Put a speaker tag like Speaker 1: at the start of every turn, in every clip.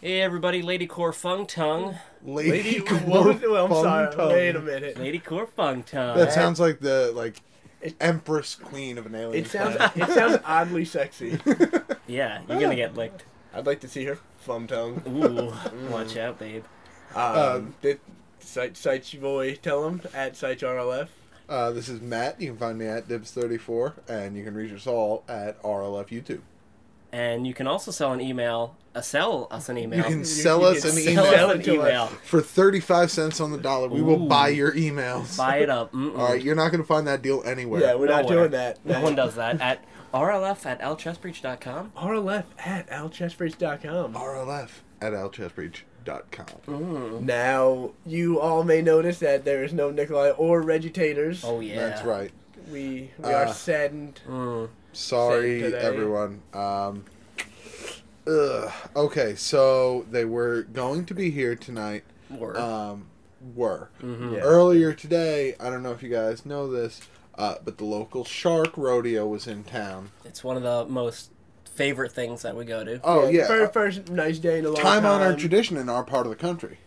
Speaker 1: Hey everybody, Lady Core Fung Tongue.
Speaker 2: Lady,
Speaker 3: What was- well, I'm
Speaker 2: Fung
Speaker 3: sorry.
Speaker 2: Tongue.
Speaker 3: Wait a minute.
Speaker 1: Lady Core Fung Tongue.
Speaker 2: That sounds like the like
Speaker 3: It-
Speaker 2: Empress Queen of an alien.
Speaker 3: It sounds
Speaker 2: planet.
Speaker 3: it sounds oddly sexy.
Speaker 1: yeah, you're gonna get licked.
Speaker 3: I'd like to see her fum tongue.
Speaker 1: Ooh, watch out, babe.
Speaker 3: Um, the site site your boy tell him at site RLF.
Speaker 2: Uh, this is Matt. You can find me at Dibs34, and you can reach us all at RLF YouTube.
Speaker 1: And you can also sell an email, uh, sell us an email.
Speaker 2: You can sell
Speaker 3: you
Speaker 2: us
Speaker 3: can
Speaker 2: an
Speaker 1: sell
Speaker 2: email
Speaker 3: Sell
Speaker 1: us
Speaker 3: it
Speaker 1: an
Speaker 3: to us.
Speaker 1: email.
Speaker 2: for 35 cents on the dollar. We will
Speaker 1: Ooh.
Speaker 2: buy your emails.
Speaker 1: Buy it up. Mm-mm.
Speaker 2: All right, you're not going to find that deal anywhere.
Speaker 3: Yeah, we're not
Speaker 1: Nowhere.
Speaker 3: doing that.
Speaker 1: No one does that. At RLF at lchessbreach.com.
Speaker 3: RLF at
Speaker 2: Uh,
Speaker 3: alchestbridge.com.
Speaker 2: RLF at alchestbreach.com.
Speaker 1: Mm,
Speaker 3: Now, you all may notice that there is no Nikolai or Reggie Taters.
Speaker 1: Oh yeah.
Speaker 2: That's right.
Speaker 3: We, we are
Speaker 2: Uh,
Speaker 3: saddened.
Speaker 1: Mm.
Speaker 2: Sorry,
Speaker 3: Same today.
Speaker 2: everyone. Um, ugh. Okay, so they were going to be here tonight.
Speaker 1: Word.
Speaker 3: Uh,
Speaker 2: Um, were.
Speaker 1: mm-hmm.
Speaker 3: Yeah.
Speaker 2: Earlier today, I don't know if you guys know this, uh, but the local shark rodeo was in town.
Speaker 1: It's one of the most favorite things that we go to.
Speaker 3: uh,
Speaker 2: Oh, yeah.
Speaker 3: Fir- First, nice day in a long time.
Speaker 2: time on our tradition in our part of the country.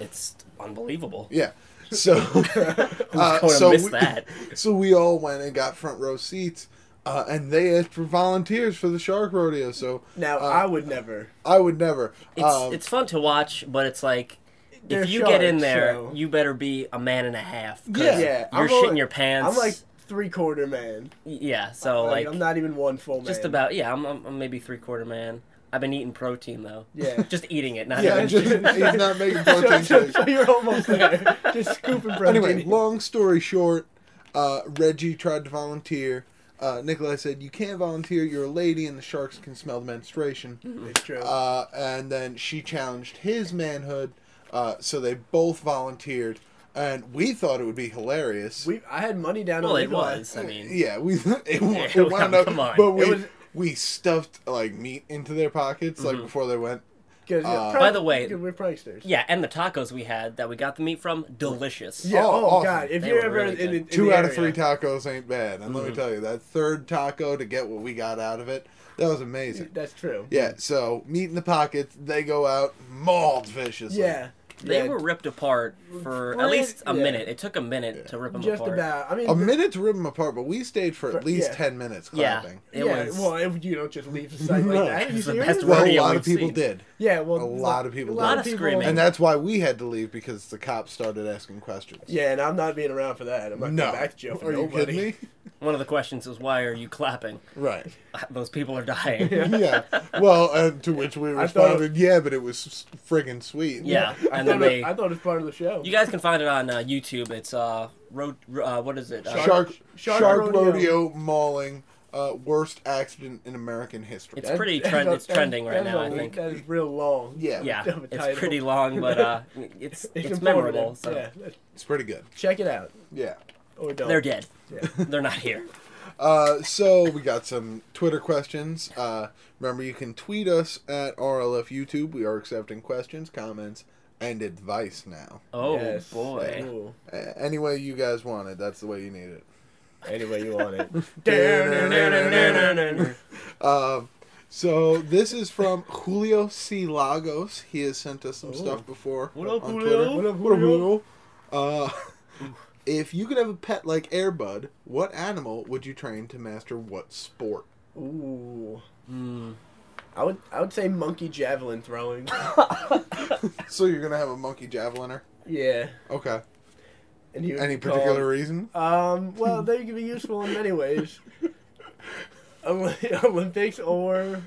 Speaker 1: It's unbelievable.
Speaker 2: Yeah. So.
Speaker 1: Who's
Speaker 2: Uh,
Speaker 1: going to
Speaker 2: so
Speaker 1: miss
Speaker 2: we-
Speaker 1: that?
Speaker 2: So we all went and got front row seats, uh, and they asked for volunteers for the shark rodeo. So
Speaker 3: Now,
Speaker 2: uh,
Speaker 3: I would never.
Speaker 2: I would never.
Speaker 1: It's
Speaker 2: um,
Speaker 1: it's fun to watch, but it's like
Speaker 3: They're
Speaker 1: if you get in
Speaker 3: sharks,
Speaker 1: there,
Speaker 3: so-
Speaker 1: you better be a man and a half. 'cause
Speaker 2: Yeah.
Speaker 3: Yeah,
Speaker 1: you're
Speaker 3: I'm
Speaker 1: shitting
Speaker 3: only-
Speaker 1: your pants.
Speaker 3: I'm like three quarter man.
Speaker 1: yeah. So
Speaker 3: Like,
Speaker 1: like,
Speaker 3: I'm not even one full man.
Speaker 1: just about yeah. I'm, I'm, I'm maybe three quarter man. I've been eating protein though.
Speaker 3: Yeah.
Speaker 1: just eating it. Not
Speaker 2: yeah,
Speaker 1: even.
Speaker 2: just, he's not making
Speaker 3: so,
Speaker 2: protein
Speaker 3: so,
Speaker 2: shakes.
Speaker 3: so you're almost there. Just scooping protein.
Speaker 2: Anyway, long story short, uh, Reggie tried to volunteer. Uh, Nikolai said, "You can't volunteer. You're a lady, and the sharks can smell the menstruation."
Speaker 3: It's true.
Speaker 2: Uh, and then she challenged his manhood. Uh, so they both volunteered, and we thought it would be hilarious.
Speaker 3: we, I had money down
Speaker 1: well,
Speaker 3: on
Speaker 1: it
Speaker 3: Nikolai.
Speaker 1: was. I mean,
Speaker 2: Yeah, we it, it
Speaker 1: Yeah,
Speaker 2: wound
Speaker 1: well,
Speaker 2: up,
Speaker 1: come on.
Speaker 2: but we
Speaker 3: It was-
Speaker 2: we stuffed like meat into their pockets like before they went.
Speaker 3: 'Cause, yeah,
Speaker 2: Uh,
Speaker 3: pri-
Speaker 1: By the way-
Speaker 3: 'cause we're pranksters.
Speaker 1: yeah, and the tacos we had that we got the meat from, delicious.
Speaker 3: Yeah.
Speaker 2: Oh,
Speaker 3: Oh,
Speaker 2: awesome.
Speaker 3: God! If
Speaker 1: They
Speaker 3: you're
Speaker 1: were
Speaker 3: ever
Speaker 1: really
Speaker 3: in, the,
Speaker 1: good.
Speaker 3: in
Speaker 2: Two
Speaker 3: the
Speaker 2: out of
Speaker 3: area-
Speaker 2: three tacos ain't bad, and let me tell you, that third taco to get what we got out of it, that was amazing.
Speaker 3: That's true.
Speaker 2: Yeah, so meat in the pockets, they go out mauled viciously.
Speaker 3: Yeah.
Speaker 1: They
Speaker 3: Yeah,
Speaker 1: were ripped apart for at
Speaker 3: Really?
Speaker 1: least a
Speaker 3: Yeah.
Speaker 1: minute. It took a minute to rip them
Speaker 3: just
Speaker 1: apart.
Speaker 3: about. I mean,
Speaker 2: A
Speaker 3: the-
Speaker 2: minute to rip them apart, but we stayed for at
Speaker 3: For-
Speaker 2: least
Speaker 3: yeah.
Speaker 2: ten minutes
Speaker 1: Yeah.
Speaker 2: clapping.
Speaker 1: It
Speaker 3: yeah,
Speaker 1: was.
Speaker 3: well, if you don't just leave the site like
Speaker 2: No.
Speaker 3: that. Are you
Speaker 1: It's the
Speaker 3: serious?
Speaker 1: best
Speaker 2: Well, a
Speaker 1: Rodeo
Speaker 2: lot
Speaker 1: we've
Speaker 2: of people
Speaker 1: seen.
Speaker 2: did,
Speaker 3: Yeah,
Speaker 2: A
Speaker 3: well,
Speaker 2: lot of people
Speaker 3: a
Speaker 2: did.
Speaker 3: lot
Speaker 1: Lot
Speaker 3: of
Speaker 1: of
Speaker 3: people,
Speaker 1: screaming.
Speaker 2: and that's why we had to leave because the cops started asking questions.
Speaker 3: yeah, and I'm not being around for that. I'm not
Speaker 2: No,
Speaker 3: going back to jail for
Speaker 2: are you
Speaker 3: nobody.
Speaker 2: kidding me?
Speaker 1: One of the questions was, why are you clapping?
Speaker 2: Right.
Speaker 1: Those people are dying. Yeah,
Speaker 2: yeah. Well, and to which we
Speaker 3: I thought it-
Speaker 2: responded, yeah, but it was s- friggin' sweet.
Speaker 3: I
Speaker 1: and
Speaker 3: thought
Speaker 1: then
Speaker 3: it,
Speaker 1: they.
Speaker 3: I thought it was part of the show.
Speaker 1: You guys can find it on uh, YouTube. It's uh, road. Uh, what is it? Uh,
Speaker 2: Shark Shark,
Speaker 3: Shark
Speaker 2: rodeo.
Speaker 3: Rodeo.
Speaker 2: mauling uh, worst accident in American history.
Speaker 1: It's pretty trend.
Speaker 3: That-
Speaker 1: It's trending right
Speaker 3: that is
Speaker 1: now.
Speaker 3: a-
Speaker 1: I think.
Speaker 3: that is real long.
Speaker 2: yeah,
Speaker 1: Yeah,
Speaker 3: Dumb
Speaker 1: it's
Speaker 3: title.
Speaker 1: pretty long, but uh, it's
Speaker 3: It's,
Speaker 1: it's
Speaker 3: informative.
Speaker 1: memorable. So
Speaker 3: Yeah,
Speaker 2: it's pretty good.
Speaker 3: check it out
Speaker 2: Yeah.
Speaker 3: or don't.
Speaker 1: they're dead.
Speaker 3: Yeah.
Speaker 1: They're not here.
Speaker 2: Uh, so we got some Twitter questions. Uh, remember, you can tweet us at RLF YouTube. We are accepting questions, comments, and advice now.
Speaker 1: Oh
Speaker 3: Yes.
Speaker 1: boy.
Speaker 3: Ooh.
Speaker 2: A- any way you guys want it, that's the way you need it.
Speaker 3: Anyway, you want it.
Speaker 2: Um, so this is from Julio C. Lagos. He has sent us some stuff before
Speaker 1: What up,
Speaker 2: on
Speaker 1: Julio?
Speaker 2: Twitter.
Speaker 3: What up,
Speaker 2: What up,
Speaker 3: Julio?
Speaker 2: Julio? Uh, if you could have a pet like Airbud, what animal would you train to master what sport?
Speaker 3: Ooh.
Speaker 1: Hmm.
Speaker 3: I would I would say monkey javelin throwing.
Speaker 2: So you're gonna have a monkey javeliner?
Speaker 3: yeah.
Speaker 2: Okay.
Speaker 3: And he would
Speaker 2: Any
Speaker 3: be called-
Speaker 2: particular reason?
Speaker 3: Um. Well, they could be useful in many ways. Oli- Olympics or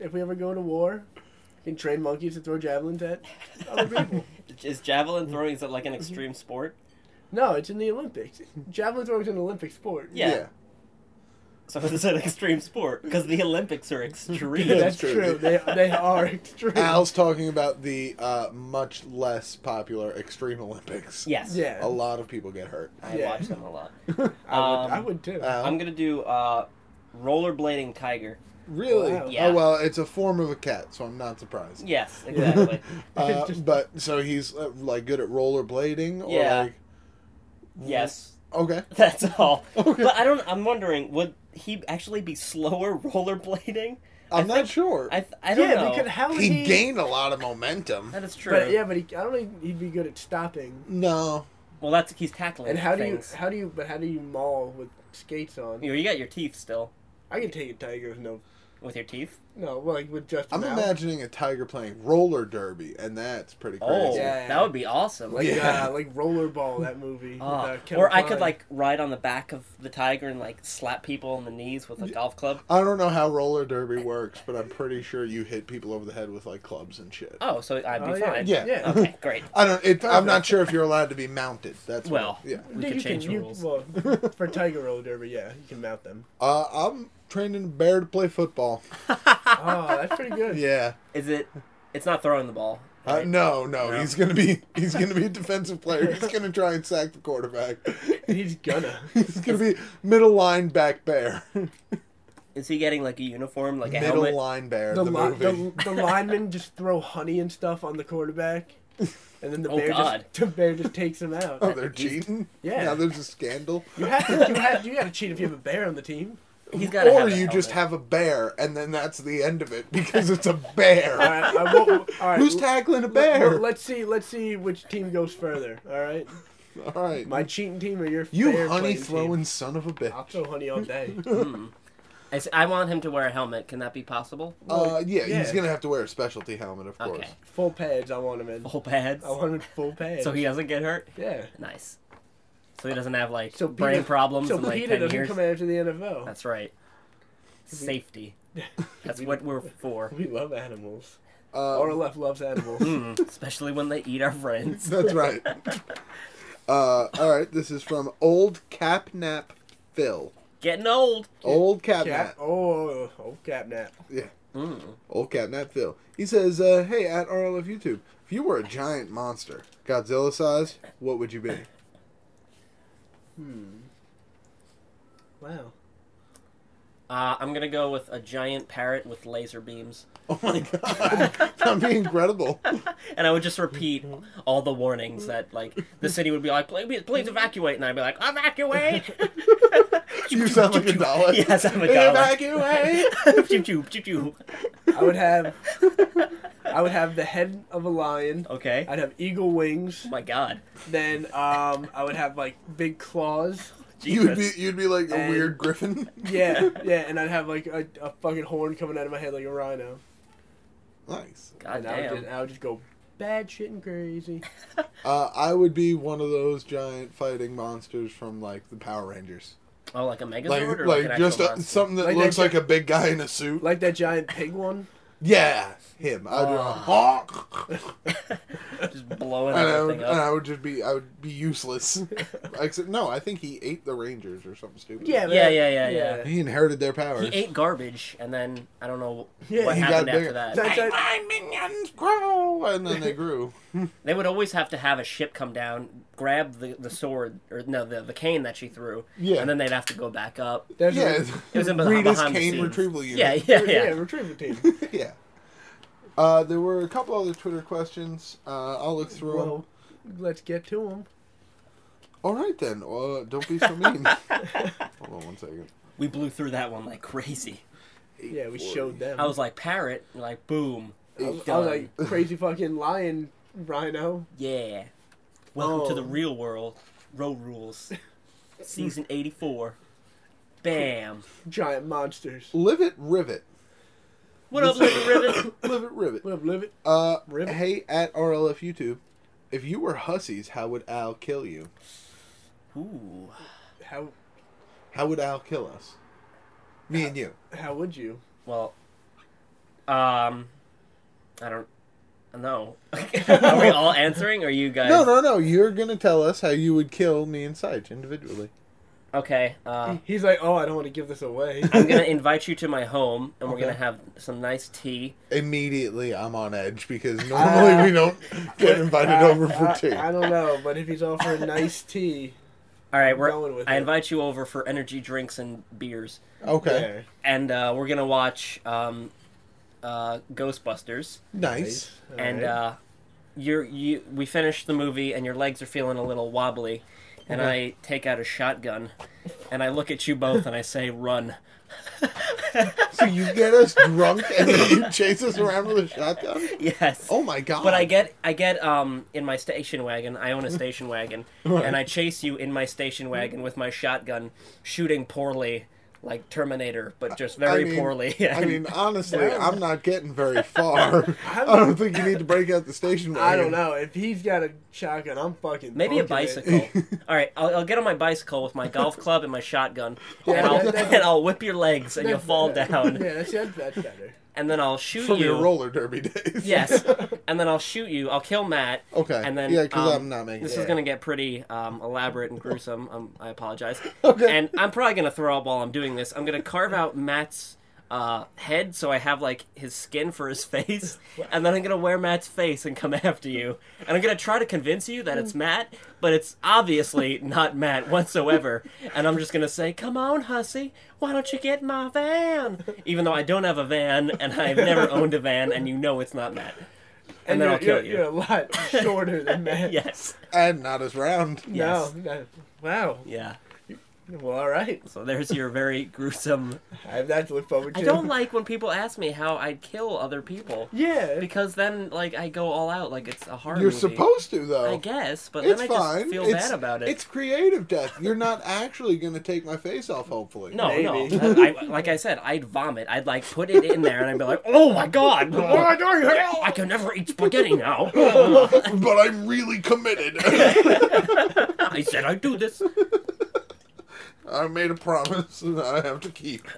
Speaker 3: if we ever go to war, you can train monkeys to throw javelins at other people.
Speaker 1: Is javelin throwing is it
Speaker 3: Mm-hmm.
Speaker 1: like an extreme sport?
Speaker 3: No, it's in the Olympics. Javelin throwing is an Olympic sport.
Speaker 1: Yeah. So it's an extreme sport because the Olympics are extreme.
Speaker 2: Yeah,
Speaker 3: that's
Speaker 2: that's true.
Speaker 3: true. They, they are extreme.
Speaker 1: Um,
Speaker 2: Al's talking about the uh, much less popular Extreme Olympics.
Speaker 1: Yes.
Speaker 3: Yeah.
Speaker 2: A lot of people get hurt.
Speaker 1: I
Speaker 3: Yeah.
Speaker 1: watch them a lot.
Speaker 3: I would,
Speaker 1: Um,
Speaker 3: I would too.
Speaker 2: Al?
Speaker 1: I'm gonna do uh, rollerblading tiger.
Speaker 2: really?
Speaker 3: Wow.
Speaker 1: Yeah.
Speaker 2: Oh well, it's a form of a cat, so I'm not surprised.
Speaker 1: Yes, exactly.
Speaker 2: Uh,
Speaker 3: Just-
Speaker 2: but so he's uh, like good at rollerblading or
Speaker 1: Yeah.
Speaker 2: like
Speaker 1: yes.
Speaker 2: okay
Speaker 1: That's all.
Speaker 2: Okay.
Speaker 1: But I don't. I'm wondering, would he actually be slower rollerblading?
Speaker 2: I'm
Speaker 1: I
Speaker 2: not
Speaker 1: think-
Speaker 2: sure.
Speaker 1: I, th- I don't
Speaker 3: yeah,
Speaker 1: know.
Speaker 3: because how
Speaker 2: he,
Speaker 3: is he
Speaker 2: gained a lot of momentum.
Speaker 1: That is true.
Speaker 3: But yeah, but he, I don't think he'd be good at stopping.
Speaker 2: No,
Speaker 1: Well, that's he's tackling.
Speaker 3: And how do you
Speaker 1: things.
Speaker 3: how do you but how do you maul with skates on?
Speaker 1: you? know, You got your teeth still
Speaker 3: I can take a tiger with no
Speaker 1: with your teeth.
Speaker 3: no well, like with just
Speaker 2: I'm
Speaker 3: mouth.
Speaker 2: imagining a tiger playing roller derby, and that's pretty crazy.
Speaker 1: Oh,
Speaker 3: Yeah.
Speaker 1: that would be awesome.
Speaker 3: like
Speaker 2: Yeah.
Speaker 3: uh, like rollerball that movie. with,
Speaker 1: Ah,
Speaker 3: uh, Kevin
Speaker 1: or I could
Speaker 3: Kline.
Speaker 1: like ride on the back of the tiger and like slap people in the knees with a golf club.
Speaker 2: I don't know how roller derby works, but I'm pretty sure you hit people over the head with like clubs and shit.
Speaker 1: Oh, so I'd be
Speaker 3: Oh,
Speaker 1: fine. Uh,
Speaker 2: Yeah.
Speaker 3: Yeah.
Speaker 1: Okay, great.
Speaker 2: I don't. It, I'm not sure if you're allowed to be mounted. That's what-
Speaker 1: Well,
Speaker 2: yeah.
Speaker 1: we
Speaker 3: Yeah,
Speaker 1: could
Speaker 3: you
Speaker 1: change the
Speaker 3: you-
Speaker 1: rules.
Speaker 3: well, for tiger roller derby, yeah, you can mount them.
Speaker 2: Uh, I'm training Bear to play football.
Speaker 3: Oh, that's pretty good.
Speaker 2: Yeah.
Speaker 1: Is it? It's not throwing the ball.
Speaker 2: Uh,
Speaker 1: right?
Speaker 2: no, no,
Speaker 1: No.
Speaker 2: he's gonna be he's gonna be a defensive player. He's gonna try and sack the quarterback.
Speaker 3: He's gonna.
Speaker 2: He's gonna be middle line back bear,
Speaker 1: Is he getting like a uniform, like a
Speaker 2: middle
Speaker 1: helmet?
Speaker 2: line bear.
Speaker 3: The,
Speaker 2: The,
Speaker 3: li-
Speaker 2: movie.
Speaker 3: the, the linemen just throw honey and stuff on the quarterback, and then the
Speaker 1: Oh,
Speaker 3: bear
Speaker 1: God.
Speaker 3: just the bear just takes them out.
Speaker 2: oh, they're cheating.
Speaker 3: Yeah.
Speaker 2: Now there's a scandal.
Speaker 3: You have to you have you got to cheat if you have a bear on the team.
Speaker 1: He's got.
Speaker 2: Or you just have a bear, and then that's the end of it because it's a
Speaker 3: All
Speaker 2: bear.
Speaker 3: right, I won't, all right.
Speaker 2: Who's
Speaker 3: l-
Speaker 2: tackling a
Speaker 3: let-
Speaker 2: bear?
Speaker 3: let's see. Let's see which team goes further. All right,
Speaker 2: All right,
Speaker 3: my cheating team or your
Speaker 2: you
Speaker 3: bear
Speaker 2: honey
Speaker 3: playing team?
Speaker 2: throwing son of a
Speaker 3: I'll
Speaker 2: bitch.
Speaker 3: throw honey all day.
Speaker 1: Hmm. I, s- I want him to wear a helmet. Can that be possible?
Speaker 2: Uh, yeah,
Speaker 3: yeah.
Speaker 2: he's gonna have to wear a specialty helmet, of course.
Speaker 1: Okay.
Speaker 3: Full pads. I want him in.
Speaker 1: Full pads.
Speaker 3: I want him in full pads.
Speaker 1: So he doesn't get hurt.
Speaker 3: yeah.
Speaker 1: Nice. So he doesn't have like
Speaker 3: So
Speaker 1: brain
Speaker 3: Peter-
Speaker 1: problems
Speaker 3: So
Speaker 1: in like
Speaker 3: Peter
Speaker 1: ten
Speaker 3: doesn't
Speaker 1: years.
Speaker 3: come after the
Speaker 2: Oh.
Speaker 3: NFL.
Speaker 1: That's right. Safety. That's
Speaker 3: We-
Speaker 1: what we're for.
Speaker 3: we love animals.
Speaker 2: Uh,
Speaker 3: Our left loves animals.
Speaker 1: Mm, especially when they eat our friends.
Speaker 2: That's right. Uh, all right, this is from Old Capnap Phil.
Speaker 1: Getting old.
Speaker 2: Old
Speaker 3: Cap.
Speaker 2: Capnap.
Speaker 3: Oh, oh, Capnap.
Speaker 2: Yeah.
Speaker 1: Mm.
Speaker 2: Old Capnap Phil. He says, uh, hey, at RLF YouTube, if you were a giant monster, Godzilla sized, what would you be?
Speaker 3: Wow.
Speaker 1: Uh, I'm gonna go with a giant parrot with laser beams,
Speaker 2: Oh my god. That'd be incredible.
Speaker 1: and I would just repeat
Speaker 2: Mm-hmm.
Speaker 1: all the warnings that like the city would be like, please, please evacuate, and I'd be like, evacuate.
Speaker 2: You sound like a dollar.
Speaker 1: yes, I'm a dollar.
Speaker 2: Evacuate!
Speaker 1: Choo choo choo choo.
Speaker 3: I would have. I would have the head of a lion.
Speaker 1: Okay.
Speaker 3: I'd have eagle wings.
Speaker 1: Oh my God.
Speaker 3: Then um, I would have like big claws.
Speaker 2: You would be,
Speaker 1: Jesus.
Speaker 2: you'd be like a
Speaker 3: And-
Speaker 2: weird griffin.
Speaker 3: Yeah, yeah, and I'd have like a, a fucking horn coming out of my head like a rhino.
Speaker 2: Nice.
Speaker 1: God
Speaker 3: And I would,
Speaker 1: damn.
Speaker 3: just, I would just go bad shit and crazy.
Speaker 2: Uh, I would be one of those giant fighting monsters from like the Power Rangers.
Speaker 1: Oh, like a Megazord
Speaker 2: like
Speaker 1: or like
Speaker 2: like
Speaker 1: an
Speaker 2: just
Speaker 1: actual
Speaker 2: a,
Speaker 1: monster?
Speaker 2: something that
Speaker 3: Like
Speaker 2: looks
Speaker 3: that
Speaker 2: like a big guy in a suit.
Speaker 3: Like that giant pig one.
Speaker 2: yeah, him.
Speaker 1: Oh.
Speaker 2: I'd be like, "Honk."
Speaker 1: just blowing
Speaker 2: and, I would,
Speaker 1: everything
Speaker 2: and
Speaker 1: up.
Speaker 2: I would just be I would be useless. Except no, I think he ate the Rangers or something stupid.
Speaker 3: Yeah,
Speaker 1: Yeah,
Speaker 3: that-
Speaker 1: yeah, yeah, yeah.
Speaker 2: he inherited their powers.
Speaker 1: He ate garbage, and then I don't know
Speaker 3: Yeah,
Speaker 1: what
Speaker 3: he
Speaker 2: got
Speaker 1: happened
Speaker 2: bigger.
Speaker 1: after that.
Speaker 3: That-
Speaker 2: Make my minions grow, and then they grew.
Speaker 1: They would always have to have a ship come down, grab the, the sword or no the, the cane that she threw,
Speaker 2: Yeah.
Speaker 1: and then they'd have to go back up.
Speaker 3: There's
Speaker 2: yeah,
Speaker 3: A,
Speaker 1: It was in the
Speaker 2: Rita's
Speaker 1: behind the
Speaker 2: cane
Speaker 1: scenes.
Speaker 2: retrieval unit.
Speaker 1: Yeah, yeah,
Speaker 3: yeah,
Speaker 1: yeah.
Speaker 3: retrieval team.
Speaker 2: yeah. Uh, there were a couple other Twitter questions. Uh, I'll look through them.
Speaker 3: well, let's get to them.
Speaker 2: All right then. Uh, don't be so mean. Hold on one second.
Speaker 1: We blew through that one like crazy.
Speaker 3: Yeah, we showed them.
Speaker 1: I was like parrot, and like boom,
Speaker 3: I was, I
Speaker 1: done.
Speaker 3: was like crazy fucking lion rhino.
Speaker 1: yeah. Welcome to
Speaker 3: Oh.
Speaker 1: the real world, road rules, season eighty four. Bam.
Speaker 3: Giant monsters.
Speaker 2: Livet Rivet.
Speaker 1: What up, little ribbon?
Speaker 2: Livet Rivet.
Speaker 3: What up, live it?
Speaker 2: Uh,
Speaker 3: Rivet.
Speaker 2: hey, at RLF YouTube, if you were hussies, how would Al kill you?
Speaker 1: Ooh,
Speaker 3: How
Speaker 2: How would Al kill us? Me and you.
Speaker 3: how would you?
Speaker 1: well, um, I don't know. are we all answering? Or are you guys?
Speaker 2: No, no, no. You're gonna tell us how you would kill me and Sage individually.
Speaker 1: Okay. Uh,
Speaker 3: He's like, oh, I don't want to give this away.
Speaker 1: I'm gonna invite you to my home, and we're
Speaker 2: Okay.
Speaker 1: gonna have some nice tea.
Speaker 2: Immediately, I'm on edge because normally we don't get invited
Speaker 3: I-
Speaker 2: over for
Speaker 3: I-
Speaker 2: tea.
Speaker 3: I don't know, but if he's offering nice tea,
Speaker 1: All right, we're.
Speaker 3: Going with
Speaker 1: I
Speaker 3: it.
Speaker 1: invite you over for energy drinks and beers,
Speaker 2: Okay,
Speaker 3: yeah.
Speaker 1: and uh, we're gonna watch um, uh, Ghostbusters.
Speaker 2: nice.
Speaker 3: All
Speaker 1: and
Speaker 3: right.
Speaker 1: uh, you're you. We finished the movie, and your legs are feeling a little wobbly. And I take out a shotgun, and I look at you both, and I say, "Run."
Speaker 2: So you get us drunk and then you chase us around with a shotgun?
Speaker 1: yes.
Speaker 2: Oh my god!
Speaker 1: But I get I get um in my station wagon. I own a station wagon,
Speaker 2: Right.
Speaker 1: and I chase you in my station wagon with my shotgun, shooting poorly, like Terminator, but just very
Speaker 2: I mean-
Speaker 1: poorly.
Speaker 2: I
Speaker 1: And
Speaker 2: mean, honestly,
Speaker 3: Damn.
Speaker 2: I'm not getting very far. I don't think you need to break out the station wagon.
Speaker 3: I don't know. If he's got a shotgun, I'm fucking.
Speaker 1: maybe a
Speaker 3: punking it.
Speaker 1: bicycle. All right, I'll, I'll get on my bicycle with my golf club and my shotgun, and
Speaker 3: Yeah,
Speaker 1: I'll
Speaker 3: that- that-
Speaker 1: and I'll whip your legs and you'll
Speaker 3: That's
Speaker 1: fall
Speaker 3: better.
Speaker 1: down,
Speaker 3: Yeah, that's, that's, that's better.
Speaker 1: and then I'll shoot
Speaker 2: From your
Speaker 1: you.
Speaker 2: roller derby days.
Speaker 1: Yes, and then I'll shoot you. I'll kill Matt.
Speaker 2: Okay.
Speaker 1: And then
Speaker 2: yeah, because
Speaker 1: um,
Speaker 2: I'm not making
Speaker 1: This
Speaker 2: it.
Speaker 1: is gonna get pretty um, elaborate and gruesome. Um, I apologize.
Speaker 2: Okay.
Speaker 1: And I'm probably gonna throw up while I'm doing this. I'm gonna carve out Matt's uh, head so I have like his skin for his face, and then I'm gonna wear Matt's face and come after you. And I'm gonna try to convince you that
Speaker 2: Mm.
Speaker 1: it's Matt, but it's obviously not Matt whatsoever. And I'm just gonna say, "Come on, hussy, why don't you get in my van?" Even though I don't have a van and I've never owned a van, and you know it's not Matt. And, then
Speaker 3: you're,
Speaker 1: I'll kill
Speaker 3: you're,
Speaker 1: you.
Speaker 3: You're a lot shorter than that.
Speaker 1: Yes.
Speaker 2: And not as round.
Speaker 3: No,
Speaker 1: Yes.
Speaker 3: no. Wow.
Speaker 1: Yeah.
Speaker 3: Well, all right.
Speaker 1: So there's your very gruesome.
Speaker 3: I have that to look forward to.
Speaker 1: I don't like when people ask me how I'd kill other people
Speaker 3: Yeah.
Speaker 1: because then like I go all out like it's a horror
Speaker 2: You're
Speaker 1: movie.
Speaker 2: supposed to though.
Speaker 1: I guess, but
Speaker 2: it's
Speaker 1: then I just
Speaker 2: fine.
Speaker 1: feel
Speaker 2: it's,
Speaker 1: bad about it.
Speaker 2: It's creative death. You're not actually going to take my face off. Hopefully.
Speaker 1: no, no.
Speaker 3: Maybe.
Speaker 1: I, I- like I said, I'd vomit. I'd like put it in there, and I'd be like, "Oh my god, I can never eat spaghetti now."
Speaker 2: But I'm really committed.
Speaker 1: I said I'd do this.
Speaker 2: I made a promise that I have to keep.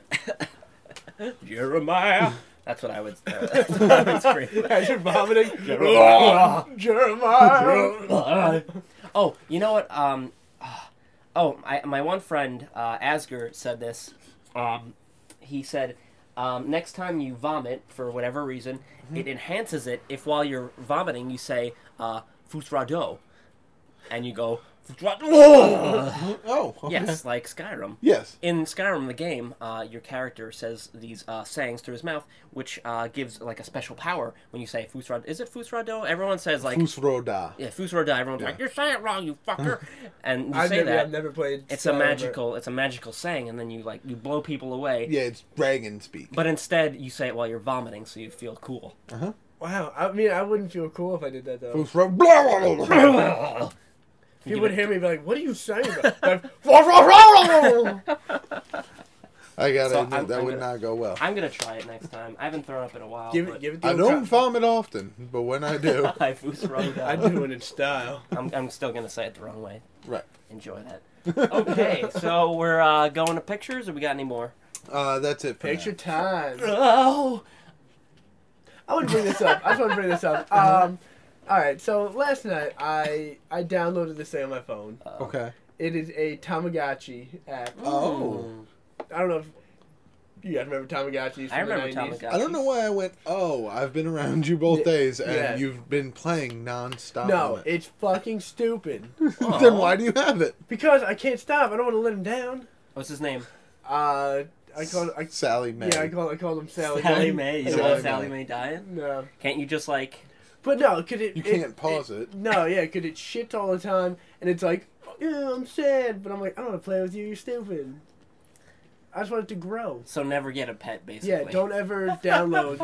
Speaker 1: Jeremiah. That's what I would. Uh, that's what I would scream.
Speaker 3: As you're vomiting,
Speaker 1: Jeremiah.
Speaker 3: Jeremiah.
Speaker 1: oh, you know what? Um, oh, I, my one friend uh, Asger said this. Um, he said, um, next time you vomit for whatever reason, it enhances it if while you're vomiting you say uh, "fusrado," and you go "fusrado."
Speaker 2: Oh. okay.
Speaker 1: yes, like Skyrim.
Speaker 2: Yes.
Speaker 1: In Skyrim, the game, uh, your character says these uh, sayings through his mouth, which uh, gives like a special power when you say "fusrado." Is it "fusrado"? Everyone says like
Speaker 2: Fusroda.
Speaker 1: yeah, Fusro Die. Everyone's like, "You're saying it wrong, you fucker," and you
Speaker 3: I've
Speaker 1: say
Speaker 3: never,
Speaker 1: that.
Speaker 3: I've never played.
Speaker 1: it's a
Speaker 3: Skyrim,
Speaker 1: magical, it's a magical saying, and then you like you blow people away.
Speaker 2: Yeah, it's dragon speak.
Speaker 1: But instead, you say it while you're vomiting, so you feel cool.
Speaker 3: but- Wow. I mean, I wouldn't feel cool if I did that though.
Speaker 2: Fusro- blah, blah, blah, blah.
Speaker 3: People would hear me be like, "What are you saying?" About? Like,
Speaker 2: I gotta
Speaker 1: So
Speaker 2: admit,
Speaker 1: I'm-
Speaker 2: that
Speaker 1: I'm
Speaker 2: would
Speaker 1: gonna-
Speaker 2: not go well.
Speaker 1: I'm gonna try it next time. I haven't thrown up in a while.
Speaker 3: give
Speaker 1: but
Speaker 3: it, give it. To
Speaker 2: I
Speaker 3: him
Speaker 2: don't
Speaker 3: co-
Speaker 2: vomit often, but when I do,
Speaker 1: I Fusro
Speaker 3: I
Speaker 1: Die.
Speaker 3: do it in style.
Speaker 1: I'm, I'm still gonna say it the wrong way.
Speaker 2: right.
Speaker 1: Enjoy that. Okay, so we're uh, going to pictures, or we got any more?
Speaker 2: Uh, that's it. For
Speaker 3: Picture
Speaker 2: now.
Speaker 3: time.
Speaker 1: Oh,
Speaker 3: I want to bring this up. I just want to bring this up.
Speaker 1: Uh-huh.
Speaker 3: Um, all right. So last night, I I downloaded this thing on my phone.
Speaker 2: Okay.
Speaker 3: It is a Tamagotchi app.
Speaker 2: Oh.
Speaker 3: I don't know if you guys remember Tamagotchis.
Speaker 1: I
Speaker 3: from the
Speaker 1: remember
Speaker 3: 90s.
Speaker 1: Tamagotchi.
Speaker 2: I don't know why I went. Oh, I've been around you both
Speaker 3: Yeah,
Speaker 2: days, and
Speaker 3: yeah.
Speaker 2: you've been playing nonstop.
Speaker 3: No,
Speaker 2: on it.
Speaker 3: it's fucking stupid.
Speaker 2: then why do you have it,
Speaker 3: Because I can't stop. I don't want to let him down.
Speaker 1: What's his name?
Speaker 3: Uh, I called. I,
Speaker 2: Sally Mae?
Speaker 3: yeah, I called. I called him Sally.
Speaker 1: Sally Mae. You
Speaker 2: Sally
Speaker 1: want
Speaker 2: Mae.
Speaker 1: Sally Mae dying?
Speaker 3: No,
Speaker 1: Can't you just like
Speaker 3: but no, could it?
Speaker 2: you
Speaker 3: it-
Speaker 2: can't pause it.
Speaker 3: No, yeah, because it shits all the time, and it's like, yeah, I'm sad, but I'm like, I don't want to play with you. You're stupid. I just want it to grow.
Speaker 1: So never get a pet, basically.
Speaker 3: Yeah, don't ever download